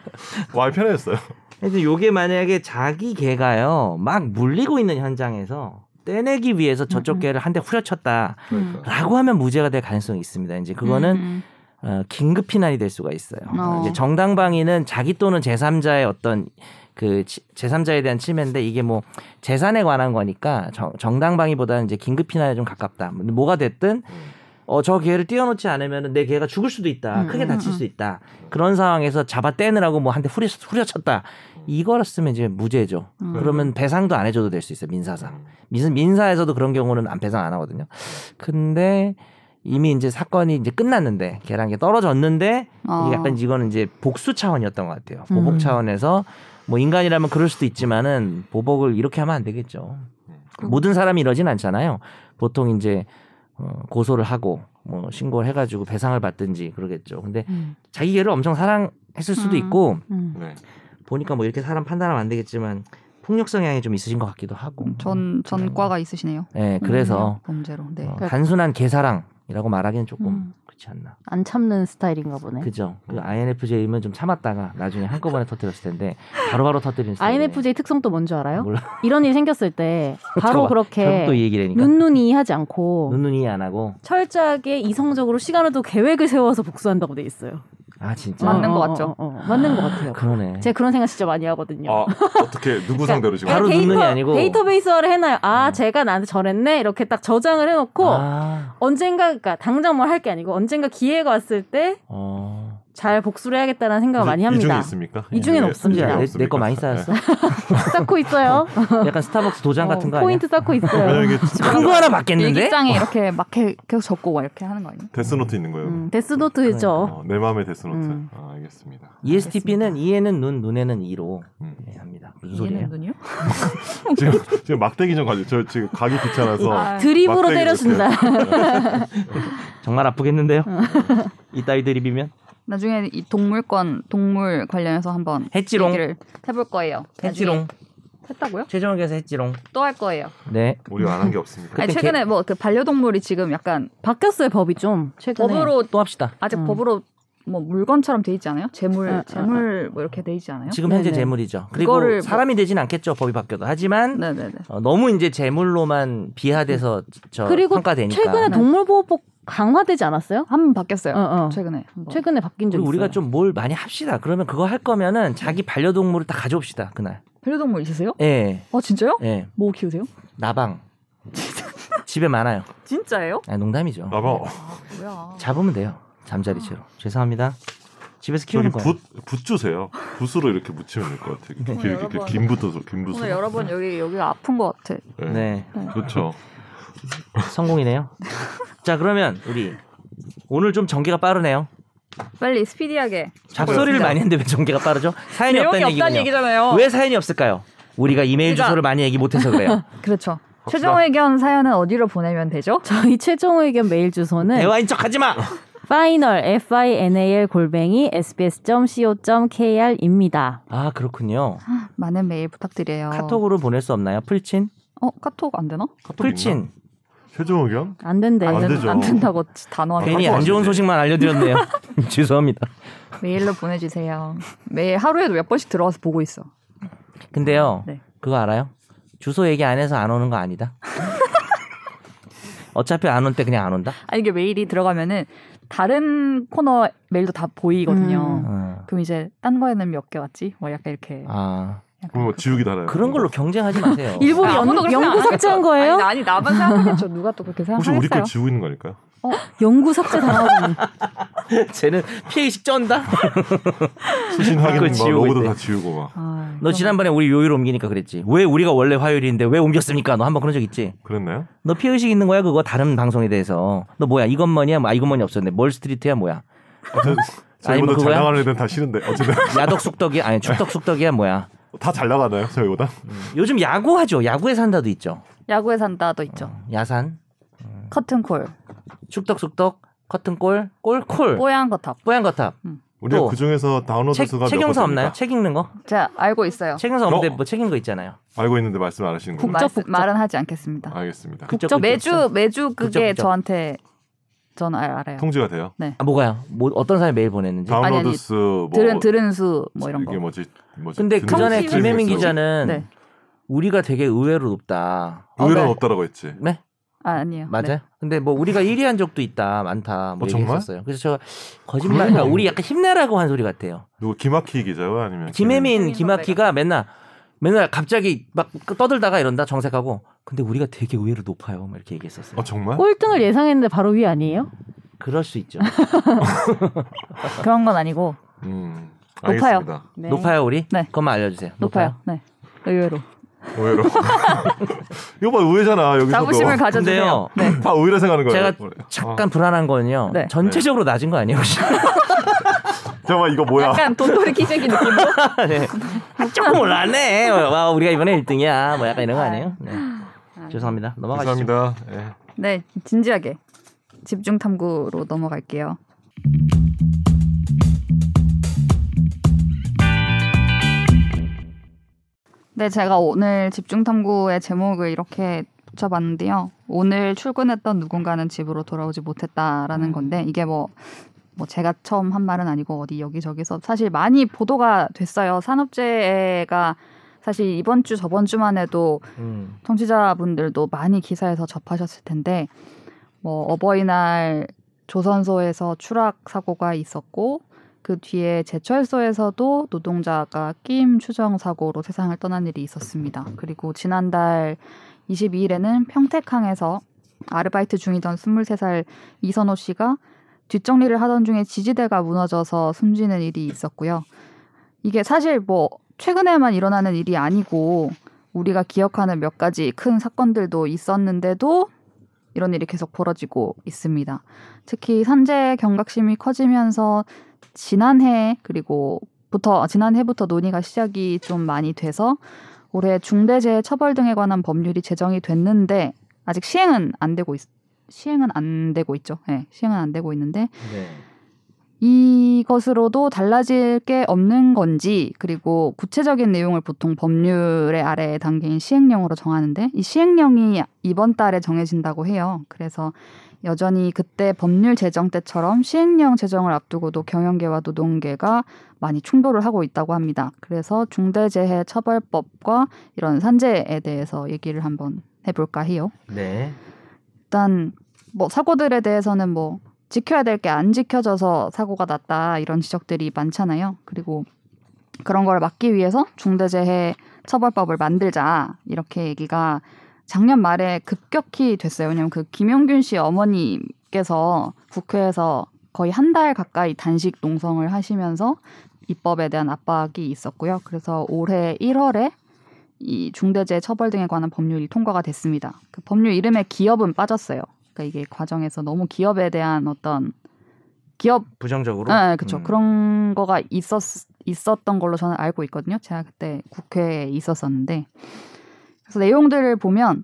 E: 와 편했어요.
C: 하여튼 요게 만약에 자기 개가요 막 물리고 있는 현장에서 떼내기 위해서 저쪽
A: 음.
C: 개를 한 대 후려쳤다라고
D: 그러니까.
C: 하면 무죄가 될 가능성이 있습니다. 이제 그거는
A: 음,
C: 어, 긴급 피난이 될 수가 있어요.
A: 어.
C: 이제 정당방위는 자기 또는 제3자의 어떤 그 제3자에 대한 침해인데 이게 뭐 재산에 관한 거니까 정, 정당방위보다는 이제 긴급 피난에 좀 가깝다. 근데 뭐가 됐든 어 저 개를 띄워놓지 않으면 내 개가 죽을 수도 있다.
A: 음,
C: 크게
A: 음,
C: 다칠
A: 음.
C: 수 있다. 그런 상황에서 잡아 떼느라고 뭐 한 대 후려, 후려쳤다. 이거였으면 이제 무죄죠.
A: 음.
C: 그러면 배상도 안 해줘도 될 수 있어요. 민사상. 민, 민사에서도 그런 경우는 안 배상 안 하거든요. 근데 이미 이제 사건이 이제 끝났는데 걔랑 게 떨어졌는데
A: 어.
C: 이게 약간 이거는 이제 복수 차원이었던 것 같아요. 보복
B: 음.
C: 차원에서 뭐 인간이라면 그럴 수도 있지만은 보복을 이렇게 하면 안 되겠죠.
A: 그-
C: 모든 사람이 이러진 않잖아요. 보통 이제 어, 고소를 하고 뭐 신고를 해가지고 배상을 받든지 그러겠죠. 근데 자기 개를 엄청 사랑했을
A: 음.
C: 수도 있고
D: 네.
C: 보니까 뭐 이렇게 사람 판단하면 안 되겠지만 폭력 성향이 좀 있으신 것 같기도 하고.
A: 어. 전 전과가 있으시네요.
C: 네, 그래서
A: 음, 범죄로. 네.
C: 어, 단순한 개사랑이라고 말하기는 조금
B: 음.
C: 그렇지 않나.
B: 안 참는 스타일인가 보네.
C: 그죠. 그 INFJ면 좀 참았다가 나중에 한꺼번에 터뜨렸을 텐데 바로바로 터뜨리는 스타일이네.
B: INFJ 특성 또 뭔 줄 알아요?
C: 몰라.
B: 이런 일이 생겼을 때 바로
C: 잠깐만. 결국 또
B: 그렇게
C: 이 얘기라니까.
B: 눈눈이 하지 않고
C: 눈눈이 안 하고.
B: 철저하게 이성적으로 시간을 또 계획을 세워서 복수한다고 돼 있어요.
C: 아 진짜.
A: 맞는
B: 어,
A: 거
B: 어,
A: 같죠?
B: 어, 어, 어. 맞는 것 같아요.
C: 그러네.
B: 제가 그런 생각 진짜 많이 하거든요.
D: 아 어떻게 누구 상대로 지금?
C: 바로
B: 데이터,
C: 눈이 아니고. 음.
B: 데이터베이스화를 해놔요. 아, 제가 나한테 저랬네 이렇게 딱 저장을 해놓고
C: 아,
B: 언젠가 그러니까 당장 뭘 할 게 아니고 언젠가 기회가 왔을
C: 어.
B: 때 잘 복수를 해야겠다는 생각을 많이 합니다.
E: 이중에 있습니까?
B: 이중엔
E: 예,
B: 없습니다.
E: 이중엔
C: 내-
E: 없습니까?
C: 내거 많이
E: 예.
C: 쌓였어?
B: 쌓고 있어요.
C: 약간 스타벅스 도장
B: 어,
C: 같은 거 아니야?
B: 포인트 쌓고
E: 왜냐면
B: 있어요.
E: 이게
C: 큰 거 하나 맞겠는데?
A: 일기장에 이렇게 막 해- 계속 적고 막 이렇게 하는 거 아니에요?
E: 데스노트 있는 거예요.
B: 음, 데스노트죠.
E: 어, 내 마음의 데스노트.
B: 음.
E: 아, 알겠습니다.
C: E ESTP는 이에는 눈, 눈에는 이로
E: 음.
C: 네, 합니다. 무슨
A: 이해는
C: 소리예요?
A: 눈이요?
E: 지금 지금 막대기 좀 가져. 저 지금 가기 귀찮아서
C: 그러니까.
A: 아,
B: 드립으로
E: 막대기
B: 때려준다.
C: 정말 아프겠는데요? 이따위 드립이면
A: 나중에 이 동물권 동물 관련해서 한번
C: 했지롱.
A: 얘기를 해볼 거예요. 나중에.
C: 했지롱.
A: 했다고요?
C: 최정원 교사 했지롱.
A: 또 할 거예요.
C: 네.
D: 우리가 안 한 게 없습니다.
A: 아니
C: 그때
A: 최근에 뭐 그 반려동물이 지금 약간
B: 바뀌었어요 법이 좀 최근에.
A: 법으로
C: 또 합시다.
A: 아직
B: 음.
A: 법으로 뭐 물건처럼 돼 있지 않아요? 재물
B: 아, 아, 아.
A: 재물 뭐 이렇게 돼 있지 않아요?
C: 지금 현재
B: 네네.
C: 재물이죠. 그리고
A: 그거를 뭐-
C: 사람이 되진 않겠죠. 법이 바뀌어도. 하지만
A: 네네네.
C: 어, 너무 이제 재물로만 비하돼서 저
B: 그리고
C: 평가되니까.
B: 최근에 동물보호법 강화되지 않았어요?
A: 한 번 바뀌었어요.
B: 어, 어.
A: 최근에 한번.
B: 네. 최근에 바뀐 적
C: 네.
B: 있어요.
C: 그리고 우리가 좀 뭘 많이 합시다. 그러면 그거 할 거면은 자기 반려동물을 다 가져옵시다. 그날.
A: 반려동물 있으세요?
C: 예.
A: 어 진짜요?
C: 예.
A: 뭐 키우세요?
C: 나방. 집에 많아요.
A: 진짜예요?
C: 아니, 농담이죠.
E: 나봐.
A: 아 뭐야?
C: 잡으면 돼요. 잠자리 채로. 죄송합니다. 집에서
E: 저기
C: 키우는 거예요.
E: 붓붓 주세요. 붓으로 이렇게 묻히면 될 것 같아요. 이렇게
A: 오늘
E: 이렇게
A: 여러
E: 긴 붓으로 긴 붓으로.
A: 오늘 여러분 여기 여기가 아픈 것 같아.
E: 예.
C: 네.
E: 그렇죠.
C: 성공이네요. 자 그러면 우리 오늘 좀 전개가 빠르네요.
E: 아,
A: 빨리 스피디하게.
C: 잡소리를 많이 했는데 왜 전개가 빠르죠? 사연이 없다는 얘기군요.
A: 얘기잖아요.
C: 왜 사연이 없을까요? 우리가 이메일
A: 어. 그러니까-
C: 주소를 많이 얘기 못해서 그래요.
A: 그렇죠. 최종 의견 사연은 어디로 보내면 되죠?
B: 저희 최종 의견 메일
A: 네.
B: 주소는
C: 대화인 척 하지 마.
B: final f i n a l 골뱅이 sbs co k r 입니다.
C: 아
A: 어.
C: 그렇군요.
A: 많은 메일 부탁드려요.
C: 카톡으로 보낼 수 없나요? 풀친?
A: 어 카톡 안 되나?
E: 카톡 있나?
C: 풀친.
E: 최종 의견?
B: 안 된대.
E: 안
A: 된-
E: 되죠.
A: 안 된다고 단호하게
C: 괜히
E: 카톡
C: 안
E: 안
C: 좋은
E: 되네.
C: 소식만 알려드렸네요. 음, 죄송합니다.
A: 메일로 보내주세요. 매일 하루에도 몇 번씩 들어와서 보고 있어.
C: 근데요,
A: 네.
C: 그거 알아요? 주소 얘기 안 해서 안 오는 거 아니다. 어차피 안 올 때 그냥 안 온다.
A: 아니 이게 메일이 들어가면은 다른 코너 메일도 다 보이거든요.
C: 어.
A: 그럼 이제 딴 거에는 몇 개 왔지? 뭐 약간 이렇게
C: 아
E: 그럼 뭐 지우기 달아요.
C: 그런 걸로 경쟁하지 마세요.
B: 일본
A: 아,
B: 연,
A: 아무도 그렇게
B: 연구
A: 안
B: 삭제한 거예요?
A: 아니, 나- 아니 나만 생각하겠죠. 누가 또 그렇게
E: 혹시 우리
A: 생각하겠어요?
E: 걸 지우고 있는 거아닐까요
B: 연구 삭제 당하고
C: 쟤는 피해의식 쩐다.
E: 수신 확인
C: 그걸
E: 막
C: 지우고
E: 로고도
C: 있대.
E: 다 지우고 막
A: 아,
C: 너 지난번에 우리 요일 옮기니까 그랬지. 왜 우리가 원래 화요일인데 왜 옮겼습니까? 너 한 번 그런 적 있지?
E: 그랬나요?
C: 너 피해의식 있는 거야 그거 다른 방송에 대해서. 너 뭐야 이건 뭐냐? 뭐, 아 이건 뭐냐 없었네. 멀스트리트야 뭐야? 아니면
E: 저희보다 잘
C: 그거야?
E: 나가는 애들은 다 싫은데 어쨌든
C: 야덕 쑥덕이 아니 축덕 쑥덕이야 뭐야?
E: 다 잘 나가나요 저희보다?
C: 요즘 야구하죠. 야구에 산다도 있죠.
A: 야구에 산다도 있죠.
C: 야산,
A: 커튼콜,
C: 축덕 쑥덕, 커튼골, 골콜,
A: 뽀얀 거탑.
C: 뽀얀 거탑.
E: 우리가
C: 또.
E: 그 중에서 다운로드
C: 책,
E: 수가 몇
C: 책용서
E: 퍼센트입니까?
C: 없나요? 책 읽는 거?
A: 자 알고 있어요.
C: 책용서 없는데
E: 어?
C: 뭐 책 읽는 거 있잖아요.
E: 알고 있는데 말씀 안 하시는 거예요?
A: 말,
B: 북적, 북적.
A: 말은 하지 않겠습니다.
E: 알겠습니다.
B: 국적
C: 그쪽, 그쪽
A: 매주
C: 있어.
A: 매주
C: 그죠,
A: 그게
C: 그죠.
A: 저한테 전 알- 알아요.
E: 통지가 돼요.
C: 아, 뭐가요? 뭐 어떤 사람이 메일 보냈는지.
A: 아니,
E: 다운로드 수 뭐,
A: 들은 들은 수 뭐 이런 거.
E: 이게 뭐지? 뭐지?
C: 근데 그 전에
A: 청취율
C: 김혜민
E: 들은 수.
C: 기자는
A: 네.
C: 우리가 되게 의외로 높다. 아,
E: 의외로
A: 네.
E: 없다라고 했지.
C: 네
A: 아, 아니에요.
C: 맞아요.
A: 네.
C: 근데 뭐 우리가 1위 한 적도 있다 많다 뭐
E: 어, 정말?
C: 얘기했었어요. 그래서 제가 거짓말 그러니까 우리 약간 힘내라고 한 소리 같아요.
E: 누구 김학희 기자요 아니면
C: 김혜민
A: 김혜민
C: 김학희가 맨날 맨날 갑자기 막 떠들다가 이런다 정색하고 근데 우리가 되게 의외로 높아요 막 이렇게 얘기했었어요.
E: 어 정말?
B: 꼴등을 예상했는데 바로 위 아니에요?
C: 그럴 수 있죠.
A: 그런 건 아니고
E: 음.
A: 높아요.
E: 알겠습니다.
B: 네.
C: 높아요 우리?
A: 네.
C: 그것만 알려주세요.
A: 높아요. 네. 의외로
E: 의외로. 이거 봐 의외잖아 여기서.
A: 자부심을 가져주세요. 네.
E: 다 의외라 생각하는 거예요. 뭐,
C: 제가 잠깐 불안한 건요.
A: 네.
C: 전체적으로 낮은 거 아니에요? 혹시?
E: 어, 잠깐만 이거 뭐야?
A: 약간 돈돌이 기재기 느낌으로
C: 네. 아, 조금 올랐네. 와, 우리가 이번에 1등이야. 뭐 약간 이런 거 아니에요? 네. 죄송합니다. 넘어가시죠.
E: 죄송합니다. 예.
A: 네, 진지하게 집중 탐구로 넘어갈게요. 네, 제가 오늘 집중 탐구의 제목을 이렇게 붙여봤는데요. 오늘 출근했던 누군가는 집으로 돌아오지 못했다라는 건데 이게 뭐. 뭐 제가 처음 한 말은 아니고 어디 여기저기서 사실 많이 보도가 됐어요. 산업재해가 사실 이번 주 저번 주만 해도
C: 음.
A: 청취자분들도 많이 기사에서 접하셨을 텐데 뭐 어버이날 조선소에서 추락 사고가 있었고 그 뒤에 제철소에서도 노동자가 끼임 추정 사고로 세상을 떠난 일이 있었습니다. 그리고 지난달 22일에는 평택항에서 아르바이트 중이던 23살 이선호 씨가 뒷정리를 하던 중에 지지대가 무너져서 숨지는 일이 있었고요. 이게 사실 뭐 최근에만 일어나는 일이 아니고 우리가 기억하는 몇 가지 큰 사건들도 있었는데도 이런 일이 계속 벌어지고 있습니다. 특히 산재 경각심이 커지면서 지난해 그리고 부터 아, 지난해부터 논의가 시작이 좀 많이 돼서 올해 중대재해 처벌 등에 관한 법률이 제정이 됐는데 아직 시행은 안 되고 있, 시행은 안 되고 있죠. 예, 시행은 안 되고 있는데
C: 네.
A: 이것으로도 달라질 게 없는 건지 그리고 구체적인 내용을 보통 법률의 아래 단계인 시행령으로 정하는데 이 시행령이 이번 달에 정해진다고 해요. 그래서 여전히 그때 법률 제정 때처럼 시행령 제정을 앞두고도 경영계와 노동계가 많이 충돌을 하고 있다고 합니다. 그래서 중대재해처벌법과 이런 산재에 대해서 얘기를 한번 해볼까 해요.
C: 네.
A: 일단 뭐 사고들에 대해서는 뭐 지켜야 될 게 안 지켜져서 사고가 났다 이런 지적들이 많잖아요. 그리고 그런 걸 막기 위해서 중대재해 처벌법을 만들자 이렇게 얘기가 작년 말에 급격히 됐어요. 왜냐하면 그 김용균 씨 어머님께서 국회에서 거의 한 달 가까이 단식 농성을 하시면서 입법에 대한 압박이 있었고요. 그래서 올해 1월에 이 중대재해 처벌 등에 관한 법률이 통과가 됐습니다. 그 법률 이름에 기업은 빠졌어요. 그러니까 이게 과정에서 너무 기업에 대한 어떤 기업
C: 부정적으로.
A: 네, 그렇죠.
C: 음.
A: 그런 거가 있었 있었던 걸로 저는 알고 있거든요. 제가 그때 국회에 있었었는데 그래서 내용들을 보면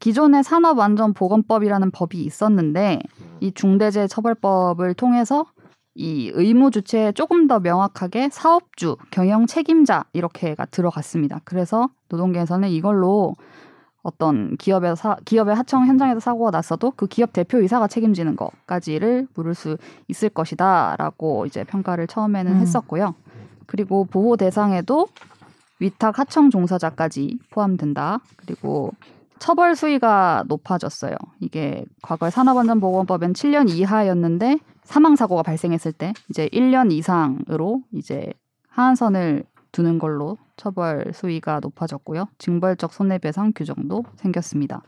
A: 기존의 산업안전보건법이라는 법이 있었는데
C: 음.
A: 이 중대재해처벌법을 통해서 이 의무 주체에 조금 더 명확하게 사업주, 경영 책임자 이렇게가 들어갔습니다. 그래서 노동계에서는 이걸로 어떤 기업의 사, 기업의 하청 현장에서 사고가 났어도 그 기업 대표 이사가 책임지는 것까지를 물을 수 있을 것이다라고 이제 평가를 처음에는
B: 음.
A: 했었고요. 그리고 보호 대상에도 위탁 하청 종사자까지 포함된다. 그리고 처벌 수위가 높아졌어요. 이게 과거에 산업안전보건법엔 7년 이하였는데 사망 사고가 발생했을 때 이제 1년 이상으로 이제 하한선을 두는 걸로 처벌 수위가 높아졌고요. 징벌적 손해배상 규정도 생겼습니다.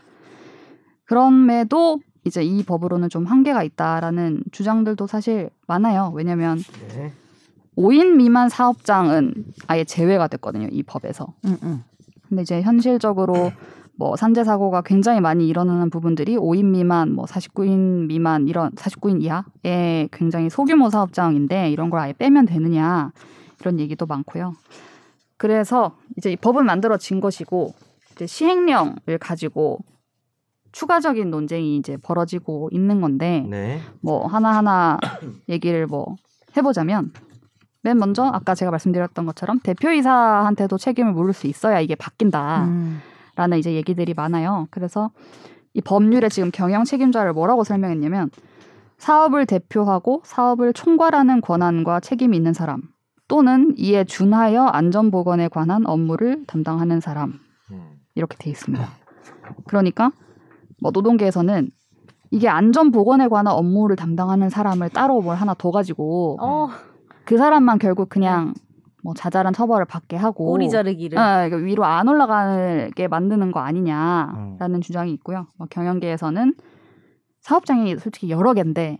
A: 그럼에도 이제 이 법으로는 좀 한계가 있다라는 주장들도 사실 많아요. 왜냐하면
C: 네.
A: 5인 미만 사업장은 아예 제외가 됐거든요. 이 법에서.
B: 음, 음.
A: 근데 이제 현실적으로 뭐 산재 사고가 굉장히 많이 일어나는 부분들이 5인 미만, 뭐 49인 미만 이런 49인 이하의 굉장히 소규모 사업장인데 이런 걸 아예 빼면 되느냐 이런 얘기도 많고요. 그래서 이제 이 법은 만들어진 것이고 이제 시행령을 가지고 추가적인 논쟁이 이제 벌어지고 있는 건데
C: 네.
A: 뭐 하나하나 얘기를 뭐 해보자면 맨 먼저 아까 제가 말씀드렸던 것처럼 대표이사한테도 책임을 물을 수 있어야 이게 바뀐다라는
B: 음.
A: 이제 얘기들이 많아요. 그래서 이 법률에 지금 경영 책임자를 뭐라고 설명했냐면 사업을 대표하고 사업을 총괄하는 권한과 책임이 있는 사람 또는 이에 준하여 안전보건에 관한 업무를 담당하는 사람
D: 음.
A: 이렇게 돼 있습니다. 그러니까 뭐 노동계에서는 이게 안전 보건에 관한 업무를 담당하는 사람을 따로 뭘 하나 더 가지고
B: 어,
A: 그 사람만 결국 그냥 뭐 자잘한 처벌을 받게 하고
B: 꼬리 자르기를.
A: 아, 이거 위로 안 올라가게 만드는 거 아니냐라는 주장이 있고요. 뭐 경영계에서는 사업장이 솔직히 여러 개인데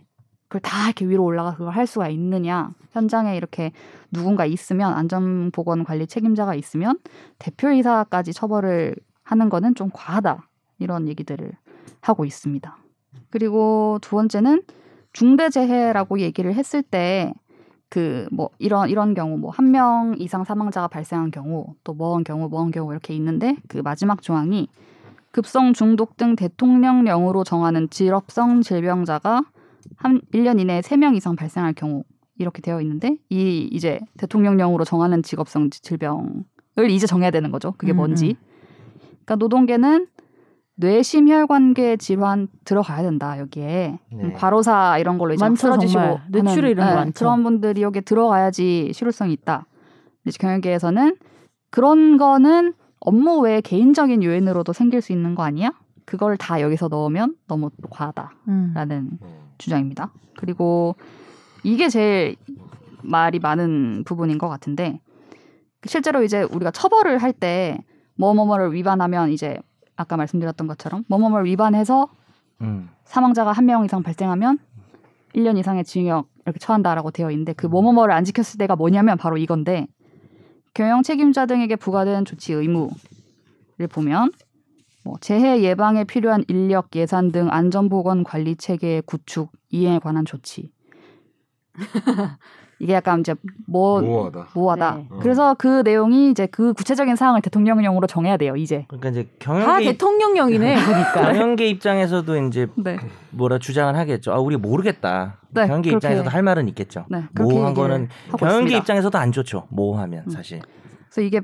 A: 그걸 다 이렇게 위로 올라가 그걸 할 수가 있느냐 현장에 이렇게 누군가 있으면 안전보건 관리 책임자가 있으면 대표이사까지 처벌을 하는 거는 좀 과하다 이런 얘기들을 하고 있습니다. 그리고 두 번째는 중대재해라고 얘기를 했을 때 그 뭐 이런 이런 경우 뭐 한 명 이상 사망자가 발생한 경우 또 뭐한 경우 뭐한 경우 이렇게 있는데 그 마지막 조항이 급성 중독 등 대통령령으로 정하는 질업성 질병자가 한 1년 이내에 3명 이상 발생할 경우 이렇게 되어 있는데 이 이제 대통령령으로 정하는 직업성 지- 질병을 이제 정해야 되는 거죠. 그게
B: 음,
A: 뭔지. 그러니까 노동계는 뇌심혈관계 질환 들어가야 된다 여기에 음,
C: 네.
A: 과로사 이런 걸로 이제
B: 많죠,
A: 풀어주시고 네,
B: 정말. 뇌출혈 이런 거 많죠.
A: 그런 분들이 여기 들어가야지 실효성이 있다. 근데 이제 경영계에서는 그런 거는 업무 외에 개인적인 요인으로도 생길 수 있는 거 아니야? 그걸 다 여기서 넣으면 너무 과하다라는
B: 음.
D: 음.
A: 주장입니다. 그리고 이게 제일 말이 많은 부분인 것 같은데 실제로 이제 우리가 처벌을 할 때 뭐뭐뭐를 위반하면 이제 아까 말씀드렸던 것처럼 뭐뭐뭐를 위반해서
C: 음.
A: 사망자가 한 명 이상 발생하면 1년 이상의 징역 이렇게 처한다라고 되어 있는데 그 뭐뭐뭐를 안 지켰을 때가 뭐냐면 바로 이건데 경영 책임자 등에게 부과된 조치 의무를 보면 뭐 재해 예방에 필요한 인력 예산 등 안전보건 관리 체계의 구축 이행에 관한 조치 이게 약간 이제 뭐
D: 모호하다.
A: 모하다
C: 어.
B: 네.
A: 그래서 그 내용이 이제 그 구체적인 사항을 대통령령으로 정해야 돼요 이제
C: 그러니까 이제
B: 다
C: 경영계
B: 대통령령이네 그러니까. 보니까.
C: 경영계 입장에서도 이제
A: 네,
C: 뭐라 주장을 하겠죠. 아, 우리 모르겠다.
A: 네,
C: 경영계
A: 그렇게.
C: 입장에서도 할 말은 있겠죠. 뭐
A: 네 그렇게
C: 모호한
A: 얘기를
C: 거는
A: 하고
C: 경영계
A: 있습니다.
C: 입장에서도 안 좋죠. 뭐 모호하면
A: 음.
C: 사실.
A: 그래서 이게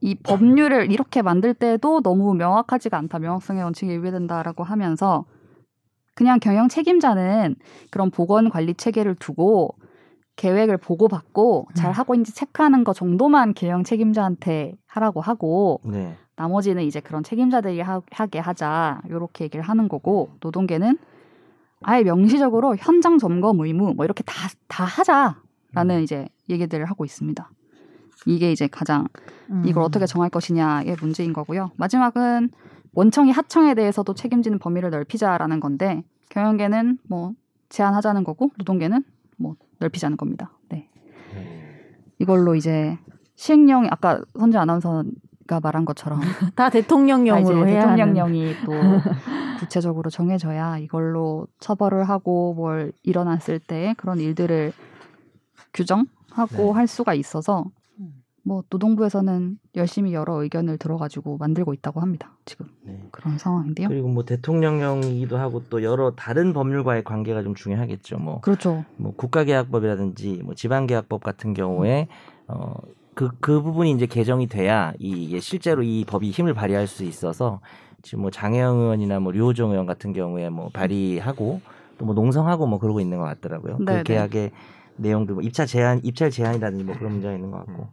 A: 이 법률을 이렇게 만들 때도 너무 명확하지가 않다. 명확성의 원칙에 위배된다라고 하면서 그냥 경영 책임자는 그런 보건 관리 체계를 두고 계획을 보고받고 잘
B: 음.
A: 하고 있는지 체크하는 거 정도만 경영 책임자한테 하라고 하고
C: 네.
A: 나머지는 이제 그런 책임자들이 하, 게 하자 이렇게 얘기를 하는 거고 노동계는 아예 명시적으로 현장 점검 의무 뭐 이렇게 다 다
C: 음.
A: 하자라는 이제 얘기들을 하고 있습니다. 이게 이제 가장
B: 음.
A: 이걸 어떻게 정할 것이냐의 문제인 거고요. 마지막은 원청이 하청에 대해서도 책임지는 범위를 넓히자라는 건데 경영계는 뭐 제한하자는 거고 노동계는 뭐 넓히자는
D: 음.
A: 겁니다. 네. 이걸로 이제 시행령 아까 선재 아나운서 아까 말한 것처럼
B: 다
A: 아, 이제
B: 대통령령으로 해야 하는.
A: 대통령령이 또 구체적으로 정해져야 이걸로 처벌을 하고 뭘 일어났을 때 그런 일들을 규정하고
C: 네. 음.
A: 할 수가 있어서 뭐 노동부에서는 열심히 여러 의견을 들어가지고 만들고 있다고 합니다. 지금
C: 네.
A: 그런 상황인데요.
C: 그리고 뭐 대통령령이기도 하고 또 여러 다른 법률과의 관계가 좀 중요하겠죠. 뭐,
A: 그렇죠.
C: 뭐 국가계약법이라든지 뭐 지방계약법 같은 경우에 어, 그, 그 부분이 이제 개정이 돼야 이, 이게 실제로 이 법이 힘을 발휘할 수 있어서 지금 뭐 장혜영 의원이나 뭐 류호정 의원 같은 경우에 뭐 발의하고 또 뭐 농성하고 뭐 그러고 있는 것 같더라고요.
A: 네, 네.
C: 그 계약의 내용들 뭐 입찰 제한, 입찰 제한이라든지 뭐 그런 문제가 있는 것 같고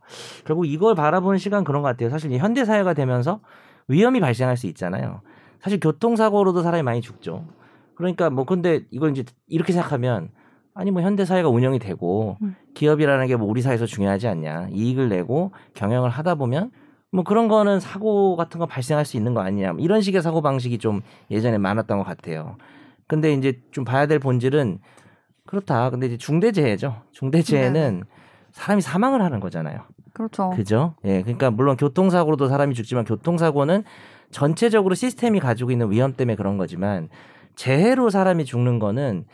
C: 결국 이걸 바라보는 시간 그런 것 같아요. 사실 이 현대 사회가 되면서 위험이 발생할 수 있잖아요. 사실 교통사고로도 사람이 많이 죽죠. 그러니까 뭐 근데 이걸 이제 이렇게 생각하면 아니 뭐 현대 사회가 운영이 되고
B: 음.
C: 기업이라는 게 뭐 우리 사회에서 중요하지 않냐 이익을 내고 경영을 하다 보면 뭐 그런 거는 사고 같은 거 발생할 수 있는 거 아니냐 뭐 이런 식의 사고 방식이 좀 예전에 많았던 것 같아요. 근데 이제 좀 봐야 될 본질은 그렇다. 근데 이제 중대재해죠. 중대재해는 사람이 사망을 하는 거잖아요.
A: 그렇죠.
C: 그죠? 예. 그러니까 물론 교통사고로도 사람이 죽지만 교통사고는 전체적으로 시스템이 가지고 있는 위험 때문에 그런 거지만 재해로 사람이 죽는 거는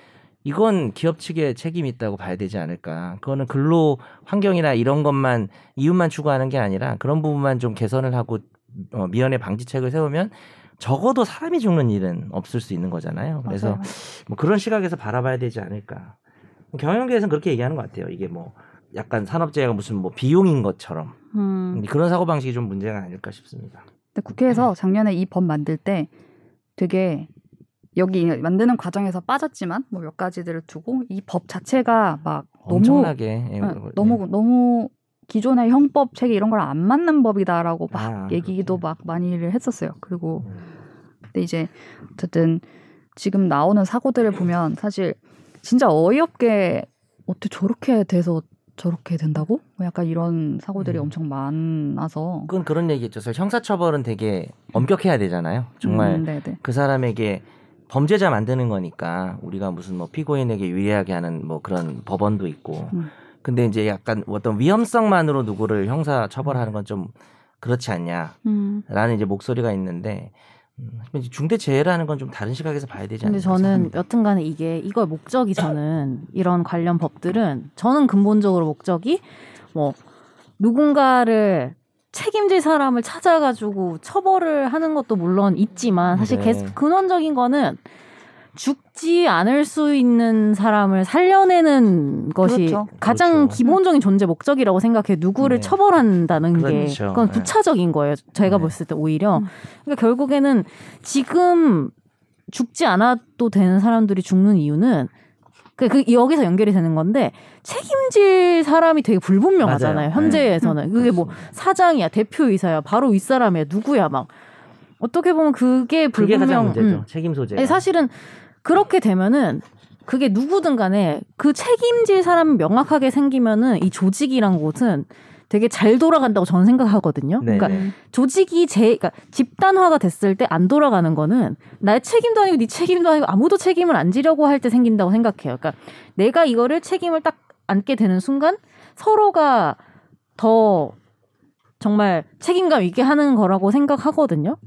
C: 이건 기업 측의 책임이 있다고 봐야 되지 않을까. 그거는 근로 환경이나 이런 것만 이윤만 추구하는 게 아니라 그런 부분만 좀 개선을 하고 어, 미연의 방지책을 세우면 적어도 사람이 죽는 일은 없을 수 있는 거잖아요. 그래서
A: 맞아요.
C: 뭐 그런 시각에서 바라봐야 되지 않을까. 경영계에서는 그렇게 얘기하는 것 같아요. 이게 뭐 약간 산업재해가 무슨 뭐 비용인 것처럼
B: 음.
C: 그런 사고 방식이 좀 문제가 아닐까 싶습니다.
A: 근데
C: 네.
A: 국회에서 작년에 이 법 만들 때 되게 여기 만드는 과정에서 빠졌지만 뭐 몇 가지들을 두고 이 법 자체가 막 너무
C: 엄청나게 예,
A: 어,
C: 그걸-
A: 너무 너무 기존의 형법 체계 이런 거랑 안 맞는 법이다라고 막
C: 아,
A: 얘기도
C: 그렇군요.
A: 막 많이를 했었어요. 그리고
C: 음.
A: 근데 이제 어쨌든 지금 나오는 사고들을 보면 사실 진짜 어이없게 어떻게 저렇게 돼서 저렇게 된다고? 뭐 약간 이런 사고들이
C: 음.
A: 엄청 많아서
C: 그건 그런 얘기겠죠. 사실 형사처벌은 되게 엄격해야 되잖아요. 정말
A: 음, 네네.
C: 그 사람에게 범죄자 만드는 거니까 우리가 무슨 뭐 피고인에게 유리하게 하는 뭐 그런 법원도 있고
A: 음.
C: 근데 이제 약간 어떤 위험성만으로 누구를 형사 처벌하는 건 좀 그렇지 않냐
B: 음.
C: 라는 이제 목소리가 있는데 음, 하지만 이제 중대재해라는 건 좀 다른 시각에서 봐야 되지 않나
B: 근데 저는 여튼간에 이게 이걸 목적이 저는 이런 관련 법들은 저는 근본적으로 목적이 뭐 누군가를 책임질 사람을 찾아가지고 처벌을 하는 것도 물론 있지만 사실
C: 네.
B: 개- 근원적인 거는 죽지 않을 수 있는 사람을 살려내는 것이
A: 그렇죠.
B: 가장
C: 그렇죠.
B: 기본적인 존재 목적이라고 생각해 누구를
C: 네.
B: 처벌한다는 게
C: 그렇죠.
B: 그건
C: 네.
B: 부차적인 거예요. 제가
C: 네.
B: 봤을 때 오히려
A: 음.
B: 그러니까 결국에는 지금 죽지 않아도 되는 사람들이 죽는 이유는 그, 그 여기서 연결이 되는 건데 책임질 사람이 되게 불분명하잖아요.
C: 맞아요. 네. 음, 그렇죠.
B: 현재에서는 그게 뭐 사장이야, 대표이사야, 바로 윗사람이야, 누구야 막 어떻게 보면 그게
C: 그게 가장
B: 불분명.
C: 문제죠.
B: 음.
C: 책임 소재.
B: 아니, 사실은 그렇게 되면은 그게 누구든 간에 그 책임질 사람 명확하게 생기면은 이 조직이란 곳은 되게 잘 돌아간다고 저는 생각하거든요.
C: 네.
B: 그러니까 조직이 제 그러니까 집단화가 됐을 때 안 돌아가는 거는 나의 책임도 아니고 네 책임도 아니고 아무도 책임을 안 지려고 할 때 생긴다고 생각해요. 그러니까 내가 이거를 책임을 딱 안게 되는 순간 서로가 더 정말 책임감 있게 하는 거라고 생각하거든요.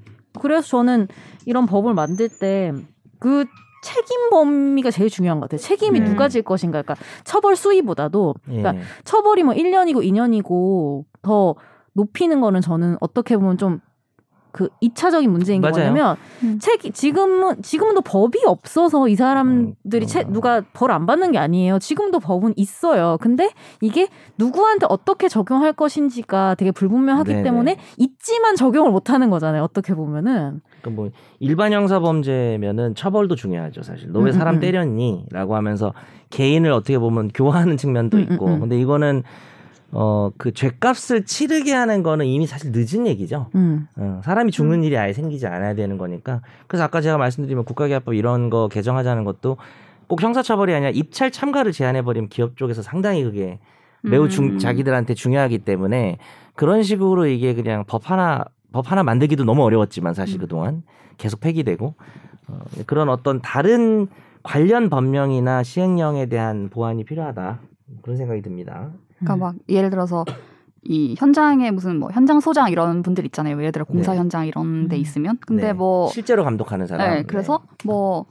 B: 그래서 저는 이런 법을 만들 때 그 책임 범위가 제일 중요한 것 같아요. 책임이
C: 네.
B: 누가 질 것인가. 그러니까 처벌 수위보다도 그러니까
C: 예,
B: 처벌이 뭐 1년이고 2년이고 더 높이는 거는 저는 어떻게 보면 좀 그 이차적인 문제인 게
C: 맞아요.
B: 뭐냐면
A: 음.
B: 책 지금은 지금도 법이 없어서 이 사람들이
C: 음,
B: 채,
C: 음.
B: 누가 벌 안 받는 게 아니에요. 지금도 법은 있어요. 근데 이게 누구한테 어떻게 적용할 것인지가 되게 불분명하기
C: 네네.
B: 때문에 있지만 적용을 못 하는 거잖아요. 어떻게 보면은
C: 그러니까 뭐 일반 형사 범죄면은 처벌도 중요하죠 사실 너
B: 음,
C: 왜
B: 음,
C: 사람
B: 음.
C: 때렸니라고 하면서 개인을 어떻게 보면 교화하는 측면도
B: 음,
C: 있고
B: 음, 음.
C: 근데 이거는 어 그 죄값을 치르게 하는 거는 이미 사실 늦은 얘기죠
B: 음.
C: 어, 사람이 죽는 일이 아예 생기지 않아야 되는 거니까 그래서 아까 제가 말씀드린 국가계약법 이런 거 개정하자는 것도 꼭 형사처벌이 아니라 입찰 참가를 제한해버리면 기업 쪽에서 상당히 그게 매우 중-
A: 음.
C: 자기들한테 중요하기 때문에 그런 식으로 이게 그냥 법 하나 법 하나 만들기도 너무 어려웠지만 사실
A: 음.
C: 그동안 계속 폐기되고 어, 그런 어떤 다른 관련 법령이나 시행령에 대한 보완이 필요하다 그런 생각이 듭니다.
A: 그러니까 막 예를 들어서 이 현장에 무슨 뭐 현장 소장 이런 분들 있잖아요. 예를 들어 공사
C: 네.
A: 현장 이런 데
B: 음.
A: 있으면 근데
C: 네.
A: 뭐
C: 실제로 감독하는 사람.
A: 네,
C: 네.
A: 그래서 뭐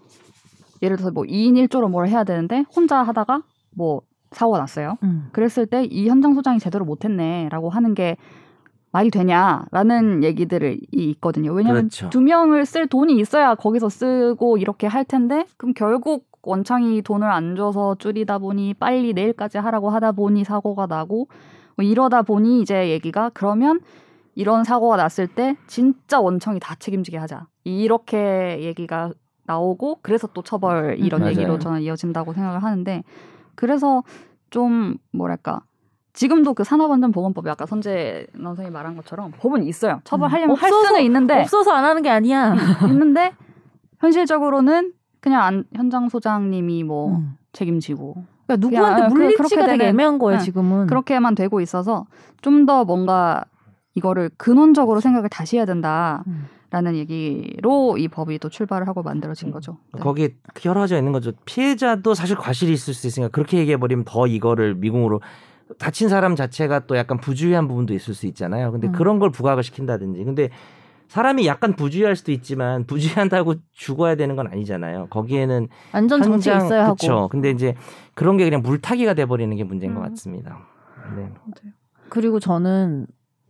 A: 예를 들어서 뭐 2인 1조로 뭘 해야 되는데 혼자 하다가 뭐 사고가 났어요.
B: 음.
A: 그랬을 때 이 현장 소장이 제대로 못했네라고 하는 게 말이 되냐라는 얘기들을 이- 있거든요. 왜냐하면
C: 그렇죠.
A: 두 명을 쓸 돈이 있어야 거기서 쓰고 이렇게 할 텐데 그럼 결국 원창이 돈을 안 줘서 줄이다 보니 빨리 내일까지 하라고 하다 보니 사고가 나고 뭐 이러다 보니 이제 얘기가 그러면 이런 사고가 났을 때 진짜 원청이 다 책임지게 하자 이렇게 얘기가 나오고 그래서 또 처벌 이런
B: 음, 맞아요.
A: 얘기로 저는 이어진다고 생각을 하는데 그래서 좀 뭐랄까 지금도 그 산업안전보건법이 아까 선재 선생님이 말한 것처럼 법은 있어요 처벌하려면 할
B: 음. 없어서-
A: 수는 있는데
B: 네. 없어서 안 하는 게 아니야.
A: 있는데 현실적으로는 그냥 안- 현장 소장님이 뭐
B: 음.
A: 책임지고
B: 그러니까
A: 그냥,
B: 누구한테
A: 아, 그- 그렇게
B: 물리치가 되게
A: 되는-
B: 애매한 거예요
A: 네.
B: 지금은.
A: 그렇게만 되고 있어서 좀 더 뭔가 이거를 근원적으로 생각을 다시 해야 된다라는
B: 음.
A: 얘기로 이 법이 또 출발을 하고 만들어진 거죠. 네.
C: 거기 혈화져 있는 거죠. 피해자도 사실 과실이 있을 수 있으니까 그렇게 얘기해 버리면 더 이거를 미궁으로 다친 사람 자체가 또 약간 부주의한 부분도 있을 수 있잖아요. 근데
B: 음.
C: 그런 걸 부각을 시킨다든지. 근데 사람이 약간 부주의할 수도 있지만 부주의한다고 죽어야 되는 건 아니잖아요. 거기에는
B: 안전 정책
C: 현장-
B: 있어야 하고.
C: 그쵸. 근데 이제 그런 게 그냥 물타기가 돼 버리는 게 문제인 것
A: 음.
C: 같습니다. 네.
B: 그리고 저는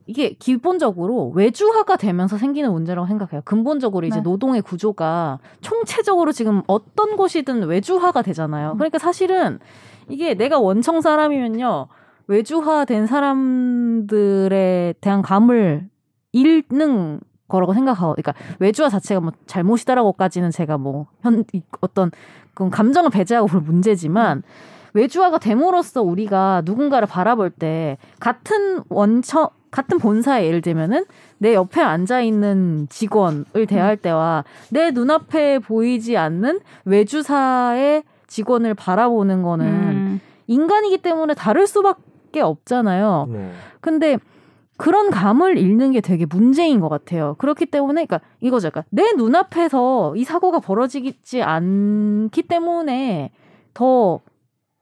B: 이게 기본적으로 외주화가 되면서 생기는 문제라고 생각해요. 근본적으로 이제
A: 네.
B: 노동의 구조가 총체적으로 지금 어떤 곳이든 외주화가 되잖아요.
A: 음.
B: 그러니까 사실은 이게 내가 원청 사람이면요. 외주화된 사람들에 대한 감을 잃는 거라고 생각하고, 그러니까 외주화 자체가 뭐 잘못이다라고까지는 제가 뭐 현 어떤 그건 감정을 배제하고 볼 문제지만 외주화가 됨으로써 우리가 누군가를 바라볼 때 같은 원처 같은 본사에 예를 들면은 내 옆에 앉아 있는 직원을 대할 때와 내 눈앞에 보이지 않는 외주사의 직원을 바라보는 거는
A: 음.
B: 인간이기 때문에 다를 수밖에 없잖아요.
C: 네.
B: 근데 그런 감을 잃는 게 되게 문제인 것 같아요. 그렇기 때문에, 그러니까 이거죠. 그러니까 내 눈앞에서 이 사고가 벌어지지 않기 때문에 더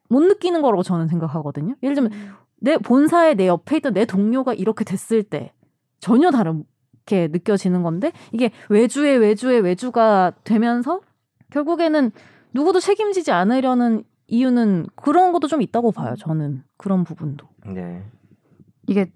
B: 못 느끼는 거라고 저는 생각하거든요. 예를 들면
A: 음.
B: 내 본사에 내 옆에 있던 내 동료가 이렇게 됐을 때 전혀 다르게 느껴지는 건데 이게 외주의 외주의 외주가 되면서 결국에는 누구도 책임지지 않으려는 이유는 그런 것도 좀 있다고 봐요. 저는 그런 부분도.
C: 네.
A: 이게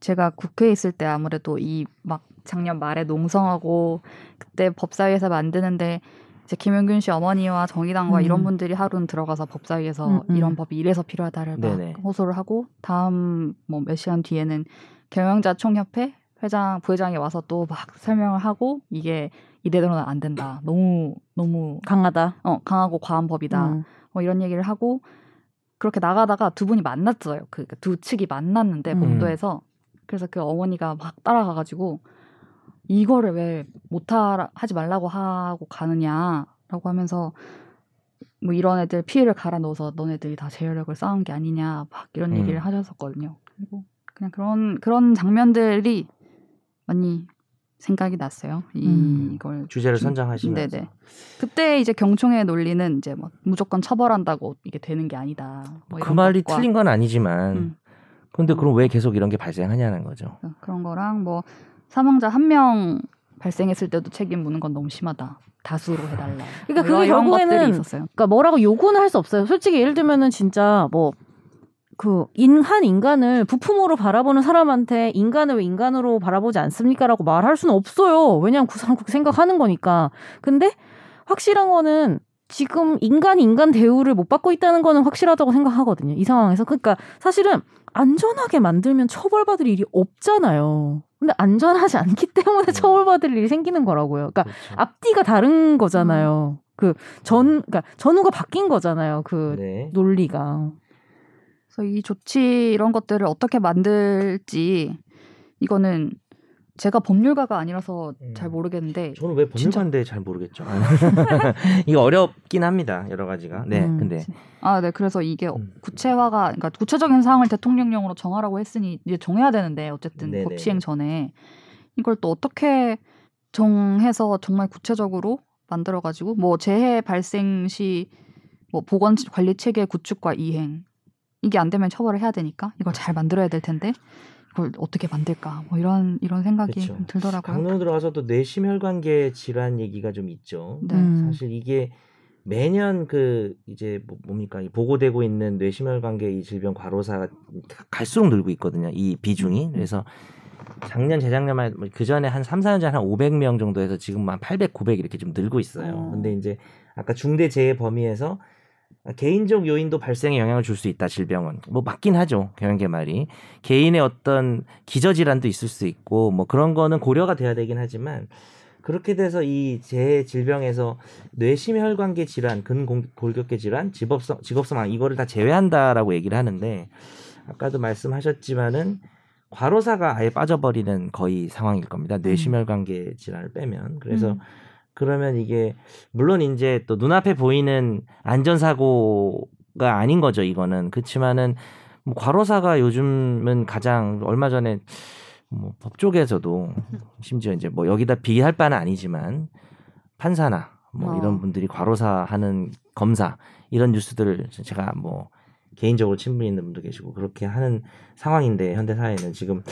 A: 제가 국회에 있을 때 아무래도 이 막 작년 말에 농성하고 그때 법사위에서 만드는데 이제 김영균 씨 어머니와 정의당과
B: 음.
A: 이런 분들이 하루는 들어가서 법사위에서
B: 음, 음.
A: 이런 법이 이래서 필요하다를 막
C: 네네.
A: 호소를 하고 다음 뭐 몇 시간 뒤에는 경영자 총협회 회장 부회장이 와서 또 막 설명을 하고 이게 이대로는 안 된다. 너무 너무
B: 강하다.
A: 어, 강하고 과한 법이다.
B: 음.
A: 뭐 이런 얘기를 하고 그렇게 나가다가 두 분이 만났어요. 그 두 측이 만났는데
B: 음.
A: 복도에서 그래서 그 어머니가 막 따라가가지고 이거를 왜 못하지 말라고 하고 가느냐라고 하면서 뭐 이런 애들 피해를 갈아 넣어서 너네들이 다 재혈력을 쌓은 게 아니냐 막 이런
C: 음.
A: 얘기를 하셨었거든요. 그리고 그냥 그런 그런 장면들이 많이 생각이 났어요. 이-
B: 음.
A: 이걸
C: 주제를 선정하시면서
A: 네네. 그때 이제 경총의 논리는 이제 뭐 무조건 처벌한다고 이게 되는 게 아니다. 뭐
C: 그
A: 이런
C: 말이
A: 것과
C: 틀린 건 아니지만
A: 음.
C: 근데 그럼 왜 계속 이런 게 발생하냐는 거죠.
A: 그런 거랑 뭐 사망자 한 명 발생했을 때도 책임 묻는 건 너무 심하다. 다수로 해달라. 뭐
B: 그러니까 그게
A: 이런
B: 결국에는
A: 것들이 있었어요.
B: 그러니까 뭐라고 요구는 할 수 없어요. 솔직히 예를 들면은 진짜 뭐 그 인한 인간을 부품으로 바라보는 사람한테 인간을 왜 인간으로 바라보지 않습니까라고 말할 수는 없어요. 왜냐하면 그 사람 그렇게 생각하는 거니까. 근데 확실한 거는 지금 인간 인간 대우를 못 받고 있다는 거는 확실하다고 생각하거든요. 이 상황에서 그러니까 사실은 안전하게 만들면 처벌받을 일이 없잖아요. 근데 안전하지 않기 때문에
C: 음.
B: 처벌받을 일이 생기는 거라고요. 그러니까 앞뒤가 다른 거잖아요. 그 전 그러니까 전후가 바뀐 거잖아요. 그
C: 네.
B: 논리가.
A: 그래서 이 조치 이런 것들을 어떻게 만들지 이거는 제가 법률가가 아니라서
C: 음.
A: 잘 모르겠는데
C: 저는 왜 법률관데 잘 모르겠죠. 아, 이거 어렵긴 합니다. 여러 가지가. 네.
B: 음.
C: 근데
A: 아 네 그래서 이게
C: 음.
A: 구체화가 그러니까 구체적인 사항을 대통령령으로 정하라고 했으니 이제 정해야 되는데 어쨌든
C: 네네.
A: 법 시행 전에 이걸 또 어떻게 정해서 정말 구체적으로 만들어 가지고 뭐 재해 발생 시 뭐 보건 관리 체계 구축과 이행 이게 안 되면 처벌을 해야 되니까 이걸 잘 만들어야 될 텐데 그걸 어떻게 만들까 뭐 이런 이런 생각이
C: 그쵸.
A: 좀 들더라고요.
C: 강릉으로 들어가서 또 내심혈관계 질환 얘기가 좀 있죠.
A: 네.
B: 음.
C: 사실 이게 매년 그 이제 뭐- 뭡니까 이 보고되고 있는 뇌심혈관계 이 질병 과로사가 갈수록 늘고 있거든요. 이 비중이 그래서 작년 재작년만 해도 그 전에 한 3, 4년 전에 한 500명 정도에서 지금 한 800, 900 이렇게 좀 늘고 있어요.
B: 어.
C: 근데 이제 아까 중대 재해 범위에서 개인적 요인도 발생에 영향을 줄 수 있다 질병은 뭐 맞긴 하죠 경영계 말이 개인의 어떤 기저질환도 있을 수 있고 뭐 그런 거는 고려가 돼야 되긴 하지만 그렇게 돼서 이 제 질병에서 뇌심혈관계 질환, 근골격계 질환, 직업성 직업성 암, 이거를 다 제외한다라고 얘기를 하는데 아까도 말씀하셨지만은 과로사가 아예 빠져버리는 거의 상황일 겁니다. 뇌심혈관계 질환을 빼면 그래서
A: 음.
C: 그러면 이게 물론 이제 또 눈앞에 보이는 안전사고가 아닌 거죠 이거는 그렇지만은 뭐 과로사가 요즘은 가장 얼마 전에 뭐 법조계에서도 심지어 이제 뭐 여기다 비할 바는 아니지만 판사나 뭐
A: 어.
C: 이런 분들이 과로사 하는 검사 이런 뉴스들을 제가 뭐 개인적으로 친분이 있는 분도 계시고 그렇게 하는 상황인데 현대 사회는 지금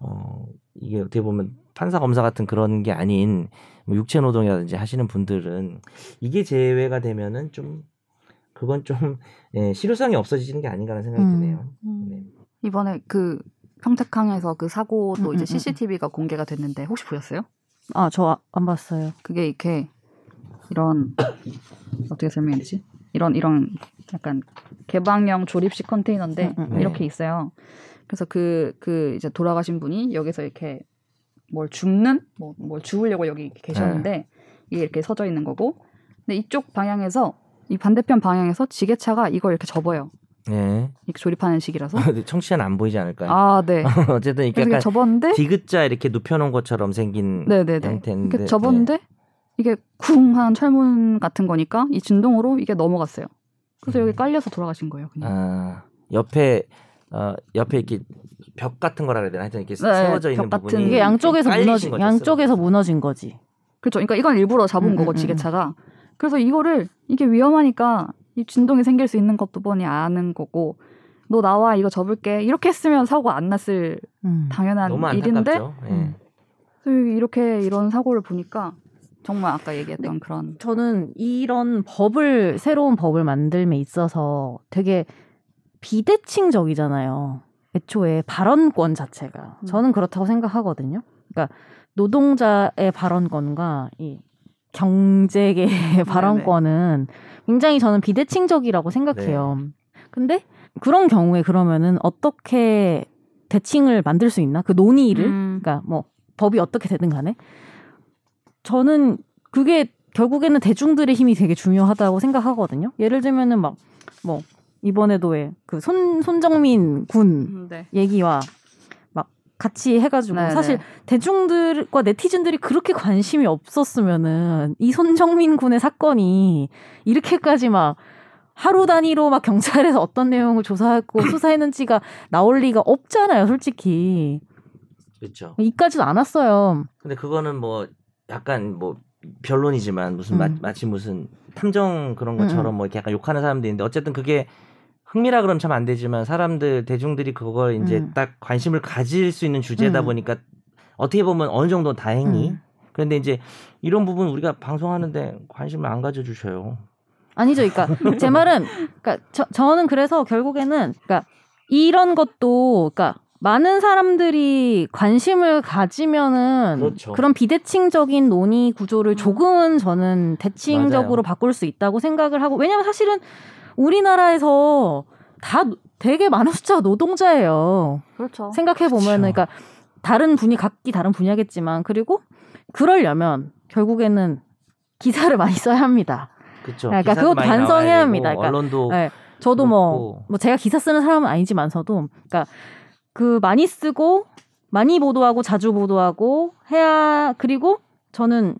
C: 어 이게 어떻게 보면 판사 검사 같은 그런 게 아닌 뭐 육체 노동이라든지 하시는 분들은 이게 제외가 되면은 좀 그건 좀 예, 실효성이 없어지는 게 아닌가라는 생각이
B: 음.
C: 드네요. 네.
A: 이번에 그 평택항에서 그 사고도
B: 음, 음,
A: 이제
B: 음.
A: CCTV가 공개가 됐는데 혹시 보셨어요?
B: 아, 저 안 봤어요.
A: 그게 이렇게 이런 어떻게 설명했지? 이런 이런 약간 개방형 조립식 컨테이너인데
B: 음, 음,
C: 음.
A: 이렇게 있어요. 그래서 그 그 이제 돌아가신 분이 여기서 이렇게 뭘 줍는 뭐 뭘 주우려고 여기 계셨는데 이게 이렇게 서져 있는 거고 근데 이쪽 방향에서 이 반대편 방향에서 지게차가 이걸 이렇게 접어요.
C: 예.
A: 이렇게 조립하는 식이라서
C: 네. 청취자는 안 보이지 않을까요?
A: 아 네.
C: 어쨌든 이게
A: 그래서
C: 약간
A: 이게 접었는데
C: 디귿자 이렇게 눕혀놓은 것처럼 생긴
A: 네네네.
C: 형태인데,
A: 이렇게 접었는데 이게 쿵 하는 철문 같은 거니까 이 진동으로 이게 넘어갔어요. 그래서 여기 깔려서 돌아가신 거예요. 그냥.
C: 아, 옆에 어, 옆에 이렇게 벽 같은 거라 그래야 되나 하여튼 이렇게
A: 네,
C: 세워져
A: 벽
C: 있는
A: 같은
C: 부분이
B: 이게 양쪽에서
C: 깔리신
B: 무너진
C: 거죠,
B: 양쪽에서
C: 쓰러져서.
B: 무너진 거지.
A: 그렇죠. 그러니까 이건 일부러 잡은
B: 음,
A: 거고
B: 음,
A: 지게차가. 그래서 이거를 이게 위험하니까 이 진동이 생길 수 있는 것도 뻔히 아는 거고 너 나와 이거 접을게 이렇게 했으면 사고가 안 났을
B: 음.
A: 당연한
C: 너무
A: 일인데
C: 안타깝죠. 예.
A: 그래서 이렇게 이런 사고를 보니까 정말 아까 얘기했던 그런
B: 저는 이런 법을 새로운 법을 만들면 있어서 되게 비대칭적이잖아요. 애초에 발언권 자체가
A: 음.
B: 저는 그렇다고 생각하거든요. 그러니까 노동자의 발언권과 이 경제계의 발언권은 굉장히 저는 비대칭적이라고 생각해요. 근데 그런 경우에 그러면은 어떻게 대칭을 만들 수 있나? 그 논의를
A: 음,
B: 그러니까 뭐 법이 어떻게 되든 간에 저는 그게 결국에는 대중들의 힘이 되게 중요하다고 생각하거든요. 예를 들면은 막 뭐 이번에도 왜그손 손정민 군
A: 음, 네.
B: 얘기와 막 같이 해가지고
A: 네,
B: 사실
A: 네.
B: 대중들과 네티즌들이 그렇게 관심이 없었으면은 이 손정민 군의 사건이 이렇게까지 막 하루 단위로 막 경찰에서 어떤 내용을 조사했고 수사했는지가 나올 리가 없잖아요, 솔직히.
C: 그렇죠.
B: 이까지도 않았어요.
C: 근데 그거는 뭐 약간 뭐 변론이지만 무슨
B: 음.
C: 마, 치 무슨 탐정 그런
B: 음,
C: 것처럼 뭐 이렇게 약간 욕하는 사람도 있는데 어쨌든 그게 흥미라 그러면 참 안 되지만 사람들 대중들이 그걸 이제
B: 음.
C: 딱 관심을 가질 수 있는 주제다
B: 음.
C: 보니까 어떻게 보면 어느 정도 는 다행히
B: 음.
C: 그런데 이제 이런 부분 우리가 방송하는데 관심을 안 가져주셔요.
B: 아니죠. 그러니까 제 말은 그러니까 저, 저는 그래서 결국에는 그러니까 이런 것도 그러니까 많은 사람들이 관심을 가지면은
C: 그렇죠.
B: 런 비대칭적인 논의 구조를 조금은 저는 대칭적으로
C: 맞아요.
B: 바꿀 수 있다고 생각을 하고 왜냐면 사실은 우리나라에서 다 노- 되게 많은 숫자 노동자예요.
A: 그렇죠.
B: 생각해 보면
C: 어, 그쵸.
B: 그러니까 다른 분이 각기 다른 분야겠지만 그리고 그러려면 결국에는 기사를 많이 써야 합니다.
C: 그렇죠.
B: 그러니까
C: 기사도
B: 그것도
C: 많이
B: 반성해야
C: 나와야 되고,
B: 합니다. 그러니까
C: 언론도
B: 네. 저도 뭐,
C: 그렇고.
B: 뭐 제가 기사 쓰는 사람은 아니지만서도 그러니까 그 많이 쓰고 많이 보도하고 자주 보도하고 해야 그리고 저는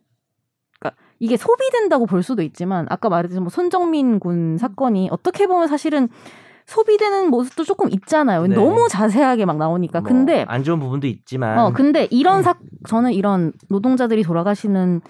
B: 그러니까 이게 소비된다고 볼 수도 있지만 아까 말했듯이 뭐 손정민 군 사건이 어떻게 보면 사실은 소비되는 모습도 조금 있잖아요.
C: 네.
B: 너무 자세하게 막 나오니까.
C: 뭐
B: 그러니까 근데
C: 안 좋은 부분도 있지만
B: 어 근데 이런
C: 음.
B: 사 저는 이런 노동자들이 돌아가시는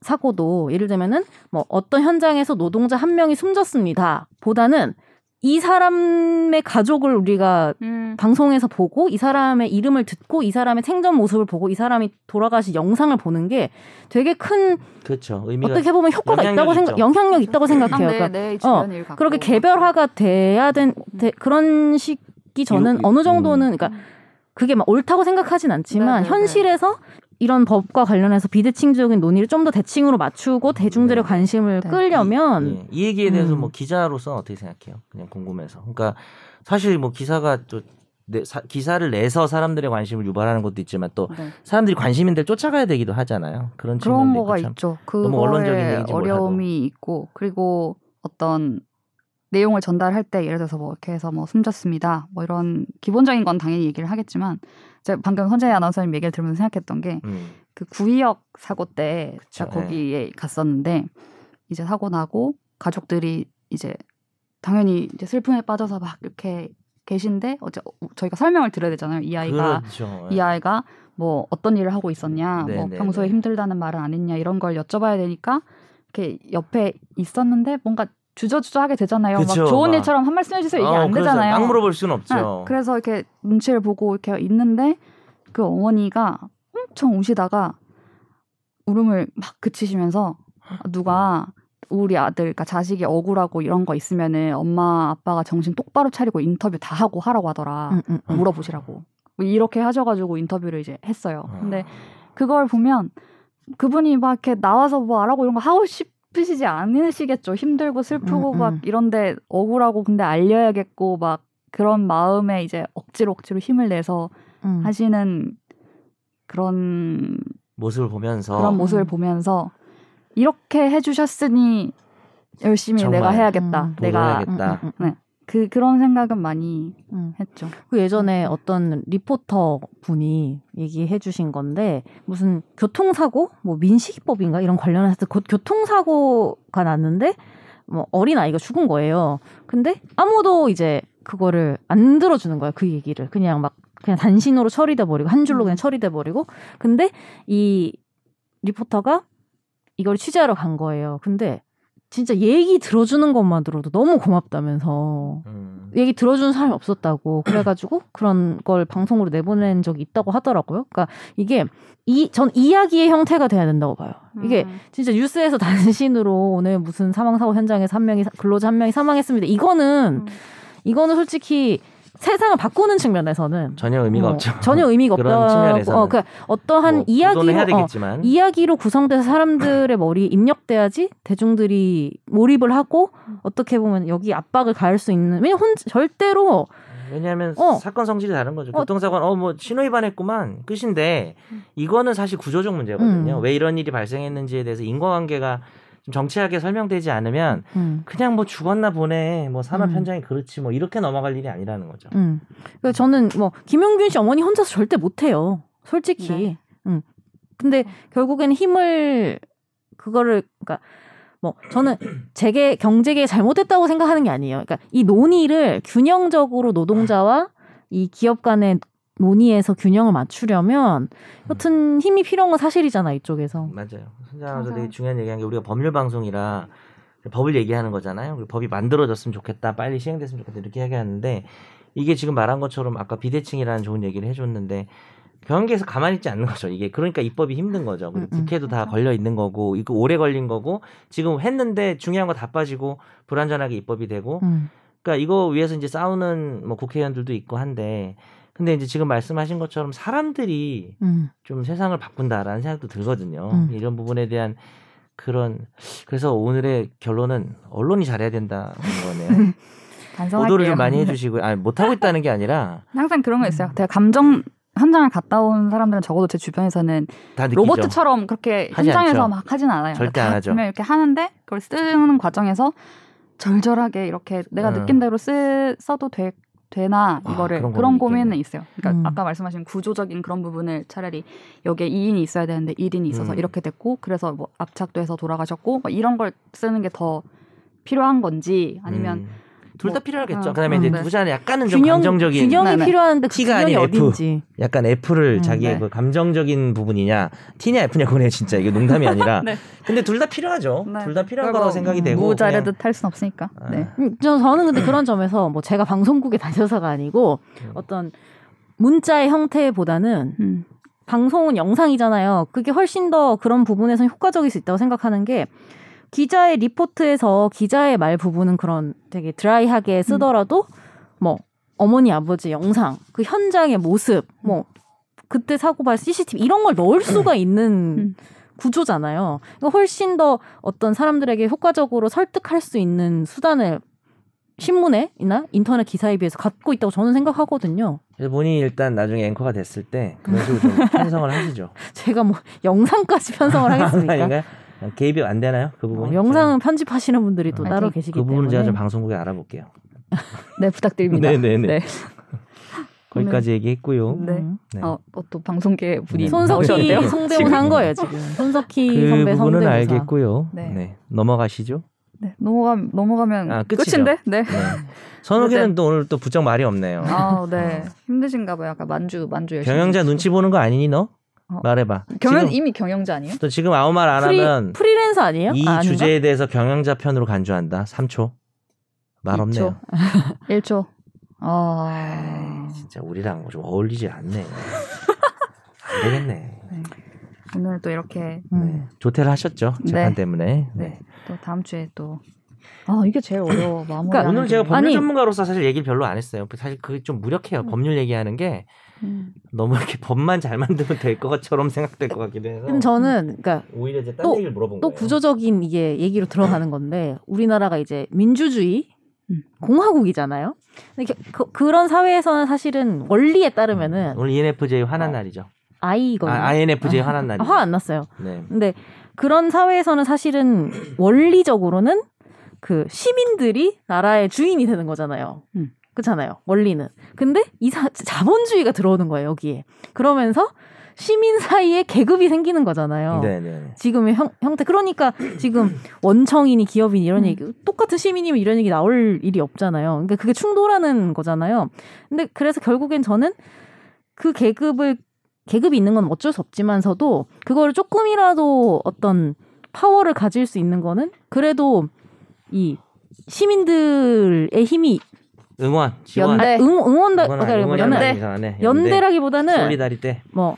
B: 사고도 예를 들면은 뭐 어떤 현장에서 노동자 한 명이 숨졌습니다. 보다는 이 사람의 가족을 우리가
A: 음.
B: 방송에서 보고 이 사람의 이름을 듣고 이 사람의 생전 모습을 보고 이 사람이 돌아가신 영상을 보는 게 되게 큰
C: 그렇죠. 의미가
B: 어떻게 보면 효과가
C: 영향력이
B: 있다고 생각
C: 있죠.
B: 영향력 있다고 생각해요.
A: 아, 네,
B: 그러니까
A: 네, 주변 일 갖고
B: 그렇게 개별화가 돼야 된 돼- 그런 식이 저는
C: 요-
B: 어느
A: 음.
B: 정도는 그러니까 그게 막 옳다고 생각하진
A: 네, 네,
B: 않지만
A: 네.
B: 현실에서 이런 법과 관련해서 비대칭적인 논의를 좀 더 대칭으로 맞추고 대중들의
C: 네.
B: 관심을
A: 네.
B: 끌려면
C: 예, 이 얘기에 대해서
B: 음.
C: 뭐 기자로서는 어떻게 생각해요? 그냥 궁금해서. 그러니까 사실 뭐 기사가 또 내- 사- 기사를 내서 사람들의 관심을 유발하는 것도 있지만 또
A: 네.
C: 사람들이 관심인들 쫓아가야 되기도 하잖아요.
A: 그런
C: 그런 측면도
A: 거가
C: 있고 참.
A: 있죠.
C: 너무 언론적인
A: 그거에
C: 얘기인지 몰라도.
A: 어려움이 있고 그리고 어떤 내용을 전달할 때 예를 들어서 뭐 이렇게 해서 뭐 숨졌습니다. 뭐 이런 기본적인 건 당연히 얘기를 하겠지만 제가 방금 선재 아나운서님 얘기를 들으면서 생각했던 게
C: 음.
A: 그 구의역 사고 때 제가
C: 그쵸, 예.
A: 거기에 갔었는데 이제 사고 나고 가족들이 이제 당연히 이제 슬픔에 빠져서 막 이렇게 계신데 어제 저희가 설명을 드려야 되잖아요. 이 아이가
C: 그렇죠.
A: 이 아이가 뭐 어떤 일을 하고 있었냐,
C: 네,
A: 뭐
C: 네,
A: 평소에
C: 네.
A: 힘들다는 말은 안 했냐 이런 걸 여쭤봐야 되니까 이렇게 옆에 있었는데 뭔가 주저주저하게 되잖아요.
C: 그쵸,
A: 막 좋은
C: 막.
A: 일처럼 한 말씀 해주세요 이게
C: 어,
A: 안
C: 그래서
A: 되잖아요.
C: 막 물어볼 수는
A: 네,
C: 없죠.
A: 그래서 이렇게 눈치를 보고 이렇게 있는데 그 어머니가 엄청 우시다가 울음을 막 그치시면서 아, 누가 우리 아들, 그러니까 자식이 억울하고 이런 거 있으면은 엄마 아빠가 정신 똑바로 차리고 인터뷰 다 하고 하라고 하더라.
B: 음, 음, 음.
A: 물어보시라고 뭐 이렇게 하셔가지고 인터뷰를 이제 했어요.
C: 어.
A: 근데 그걸 보면 그분이 막 이렇게 나와서 뭐 하라고 이런 거 하고 싶으시지 않으시겠죠. 힘들고 슬프고
B: 음, 음.
A: 막 이런데 억울하고 근데 알려야겠고 막 그런 마음에 이제 억지로 억지로 힘을 내서
B: 음.
A: 하시는 그런
C: 모습을 보면서
A: 그런 뭐 모습을
B: 음.
A: 보면서 이렇게 해주셨으니 열심히
C: 정말.
A: 내가 해야겠다.
B: 음.
A: 내가
C: 보도해야겠다. 있다.
B: 음, 음, 음.
A: 네. 그 그런 생각은 많이
B: 음.
A: 했죠.
B: 그 예전에 어떤 리포터 분이 얘기해 주신 건데 무슨 교통사고 뭐 민식이법인가 이런 관련해서 곧 교통사고가 났는데 뭐 어린 아이가 죽은 거예요. 근데 아무도 이제 그거를 안 들어주는 거야 그 얘기를 그냥 막 그냥 단신으로 처리돼 버리고 한 줄로
A: 음.
B: 그냥 처리돼 버리고 근데 이 리포터가 이걸 취재하러 간 거예요. 근데 진짜 얘기 들어주는 것만으로도 너무 고맙다면서
C: 음.
B: 얘기 들어주는 사람이 없었다고 그래가지고 그런 걸 방송으로 내보낸 적이 있다고 하더라고요. 그러니까 이게 이 전 이야기의 형태가 돼야 된다고 봐요. 이게
C: 음.
A: 음.
B: 진짜 뉴스에서 단신으로 오늘 무슨 사망 사고 현장에서 한 명이 사- 근로자 한 명이 사망했습니다. 이거는
A: 음.
B: 이거는 솔직히 세상을 바꾸는 측면에서는
C: 전혀 의미가
B: 어,
C: 없죠.
B: 전혀 의미가
C: 그런
B: 없다고.
C: 측면에서는.
B: 어, 그러니까 어떠한
C: 뭐 보도는 해야
B: 이야기로 어,
C: 되겠지만
B: 이야기로 구성돼서 사람들의 머리에 입력돼야지 대중들이 몰입을 하고 어떻게 보면 여기 압박을 가할 수 있는 왜냐 혼 절대로
C: 왜냐하면
B: 어.
C: 사건 성질이 다른 거죠.
B: 어.
C: 교통사고는 어뭐 신호 위반했구만 끝인데
A: 음.
C: 이거는 사실 구조적 문제거든요.
B: 음.
C: 왜 이런 일이 발생했는지에 대해서 인과관계가 좀 정치하게 설명되지 않으면
B: 음.
C: 그냥 뭐 죽었나 보네. 뭐 산업
B: 음.
C: 현장이 그렇지 뭐 이렇게 넘어갈 일이 아니라는 거죠.
B: 음. 그 저는 뭐 김용균 씨 어머니 혼자서 절대 못 해요. 솔직히.
A: 네. 어.
B: 음. 근데 결국에는 힘을 그거를 그러니까 뭐 저는 재계 경제계 잘못했다고 생각하는 게 아니에요. 그러니까 이 논의를 균형적으로 노동자와 이 기업 간의 논의에서 균형을 맞추려면 여튼 힘이 필요한 건 사실이잖아 이쪽에서.
C: 맞아요. 선장에서 되게
A: 항상-
C: 중요한 얘기한 게 우리가 법률 방송이라 법을 얘기하는 거잖아요. 그리고 법이 만들어졌으면 좋겠다, 빨리 시행됐으면 좋겠다 이렇게 얘기하는데 이게 지금 말한 것처럼 아까 비대칭이라는 좋은 얘기를 해줬는데 경계에서 가만히 있지 않는 거죠. 이게 그러니까 입법이 힘든 거죠. 그리고
B: 음, 음.
C: 국회도 다
A: 맞아.
C: 걸려 있는 거고 이거 오래 걸린 거고 지금 했는데 중요한 거 다 빠지고 불완전하게 입법이 되고
B: 음.
C: 그러니까 이거 위해서 이제 싸우는 뭐 국회의원들도 있고 한데 근데 이제 지금 말씀하신 것처럼 사람들이
B: 음.
C: 좀 세상을 바꾼다라는 생각도 들거든요.
B: 음.
C: 이런 부분에 대한 그런 그래서 오늘의 결론은 언론이 잘해야 된다는
A: 음,
C: 거네요.
A: 반성할게요.
C: 보도를 좀 많이 해주시고 아니 못 하고 있다는 게 아니라
A: 항상 그런 거
C: 음.
A: 있어요. 제가 감정 현장을 갔다 온 사람들은 적어도 제 주변에서는
C: 다 느끼죠.
A: 로봇처럼 그렇게
C: 하지
A: 현장에서
C: 않죠.
A: 막 하진 않아요.
C: 절대
A: 다
C: 안 하죠.
A: 보면 이렇게 하는데 그걸 쓰는 과정에서 절절하게 이렇게 내가
C: 음.
A: 느낀 대로 쓰, 써도 되, 나
C: 아,
A: 이거를
C: 그런
A: 그런,
C: 고민이
A: 고민은
C: 있겠네.
A: 있어요. 그러니까
B: 음.
A: 아까 말씀하신 구조적인 그런 부분을 차라리 여기에 2인이 있어야 되는데 1인이 있어서
C: 음.
A: 이렇게 됐고 그래서 뭐 압착돼서 돌아가셨고 뭐 이런 걸 쓰는 게 더 필요한 건지 아니면
C: 음. 둘 다 필요하겠죠.
B: 어,
C: 그다음에 이제
A: 네.
C: 부자는 약간은 좀
B: 균형
C: 감정적인
B: 균형이
A: 네, 네.
B: 필요한데 그
C: T가
B: 균형이
C: 아닌 F.
B: 어딘지
C: 약간 F를
B: 음,
C: 자기의
A: 네.
C: 그 감정적인 부분이냐 T냐 F냐 그거네 진짜 이게 농담이 아니라 근데 둘 다 필요하죠.
A: 네.
C: 둘 다 필요한 거라고 생각이 되고
A: 무자라도 탈순 없으니까.
C: 네, 뭐 아.
A: 네.
B: 음, 저- 저는 근데 그런 점에서 뭐 제가 방송국에 다녀서가 아니고
C: 음.
B: 어떤 문자의 형태보다는
A: 음.
B: 방송은 영상이잖아요. 그게 훨씬 더 그런 부분에선 효과적일 수 있다고 생각하는 게 기자의 리포트에서 기자의 말 부분은 그런 되게
A: 음.
B: 드라이하게 쓰더라도 뭐 어머니 아버지 영상 그 현장의 모습 뭐 그때 사고 발 CCTV 이런 걸 넣을 수가 있는
A: 음.
B: 구조잖아요. 그러니까 훨씬 더 어떤 사람들에게 효과적으로 설득할 수 있는 수단을 신문에나 인터넷 기사에 비해서 갖고 있다고 저는 생각하거든요.
C: 그래서 본인이 일단 나중에 앵커가 됐을 때 그런 식으로 좀 편성을 하시죠.
B: 제가 뭐 영상까지 편성을 하겠습니까?
C: 아닌가요? 개입이 안 되나요? 그 부분?
B: 어, 영상은 편집하시는 분들이 또
C: 어,
B: 따로
A: 아직
B: 계시기
C: 그 부분은
B: 때문에
C: 제가 좀 방송국에 알아볼게요.
A: 네, 부탁드립니다.
C: 네네네.
A: 네.
C: 거기까지 얘기했고요.
A: 네.
B: 음.
C: 네.
A: 어, 어, 또 방송계 분이
C: 네.
B: 손석희
A: 나오셨네요.
B: 성대모사 한 거예요 지금 손석희
C: 그
B: 선배
C: 부분은
B: 성대모사
C: 알겠고요.
A: 네.
C: 네. 넘어가시죠.
A: 네, 넘어가 넘어가면
C: 아, 끝이죠.
A: 끝인데. 네.
C: 네. 선욱이는 또 오늘 또 부쩍 말이 없네요.
A: 아, 네. 힘드신가 봐요. 약간 만주 만주 열심히.
C: 경영자 눈치 보는 거 아니니 너?
A: 어.
C: 말해봐.
A: 경영
C: 지금,
A: 이미 경영자 아니에요?
C: 또 지금 아무 말 안 하면
B: 프리, 랜서 아니에요?
C: 이
B: 아, 아닌가?
C: 주제에 대해서 경영자 편으로 간주한다. 3초. 말
B: 어.
C: 없네요.
A: 1초. 아.
C: 에이, 진짜 우리랑 좀 어울리지 않네. 안 되겠네.
A: 오늘 또 이렇게
B: 음.
C: 네. 조퇴를 하셨죠. 재판
A: 네.
C: 때문에. 네.
A: 네. 또 다음 주에 또 아, 이게 제일 어려워. 마무리.
B: 그러니까
C: 오늘 제가 법률
B: 아니. 음.
C: 전문가로서 사실 얘기를 별로 안 했어요. 사실 그게 좀 무력해요. 법률 얘기하는 게 너무 이렇게 법만 잘 만들면 될 것처럼 생각될 것 같기도 해서
B: 그럼 저는 그러니까
C: 오히려 이제 딴
B: 또-
C: 얘기를 물어본
B: 또
C: 거예요.
B: 구조적인 이게 얘기로 들어가는 건데 우리나라가 이제 민주주의
A: 음.
B: 공화국이잖아요. 근데 겨- 그, 그런 사회에서는 사실은 원리에 따르면은
C: 음.
B: 어.
C: 오늘 E ENFJ 화난 날이죠.
B: 아이거든요.
C: 아, INFJ 화난 날이죠.
B: 화 안 났어요.
C: 네.
B: 근데 그런 사회에서는 사실은 원리적으로는 그 시민들이 나라의 주인이 되는 거잖아요.
A: 음.
B: 그렇잖아요. 원리는. 근데 이 사, 자본주의가 들어오는 거예요, 여기에. 그러면서 시민 사이에 계급이 생기는 거잖아요.
C: 네, 네.
B: 지금의 형, 형태. 그러니까 지금 원청이니 기업이니 이런
A: 음.
B: 얘기, 똑같은 시민이면 이런 얘기 나올 일이 없잖아요. 그러니까 그게 충돌하는 거잖아요. 근데 그래서 결국엔 저는 그 계급을, 계급이 있는 건 어쩔 수 없지만서도 그거를 조금이라도 어떤 파워를 가질 수 있는 거는 그래도 이 시민들의 힘이
C: 응원, 지원.
A: 연대. 네.
B: 응, 응원다,
C: 아, 응원 아니,
B: 그러니까
C: 응원이
B: 연대,
C: 아니라 이상하네.
B: 연대라기보다는
C: 솔리다리 때
B: 뭐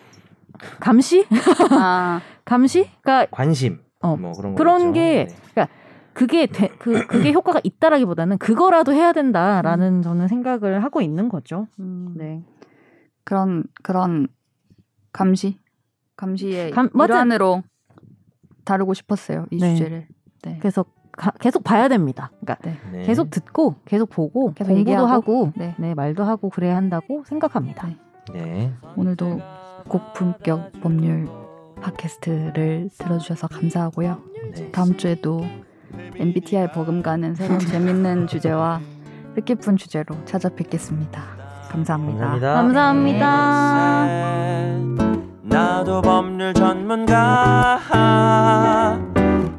B: 감시?
A: 아.
B: 감시? 그러니까
C: 관심.
B: 어,
C: 뭐 그런 거.
B: 그런 게 그게 되, 그 그게 효과가 있다라기보다는 그거라도 해야 된다라는
A: 음.
B: 저는 생각을 하고 있는 거죠. 네.
A: 그런 그런 감시 감시의
B: 감- 맞아요.
A: 일환으로 다루고 싶었어요 이
B: 네.
A: 주제를. 네.
B: 그래서 가- 계속 봐야 됩니다. 그러니까
C: 네.
B: 계속 듣고 계속 보고
A: 계속
B: 공부도
A: 얘기하고.
B: 하고
A: 네.
B: 네, 말도 하고 그래야 한다고 생각합니다.
A: 네.
C: 네.
A: 오늘도 고품격 법률 팟캐스트를 들어주셔서 감사하고요.
C: 네.
A: 다음 주에도 MBTI 버금가는 새로운 재밌는 주제와 뜻깊은 주제로 찾아뵙겠습니다. 감사합니다.
C: 감사합니다.
B: 감사합니다.
F: 나도 법률 전문가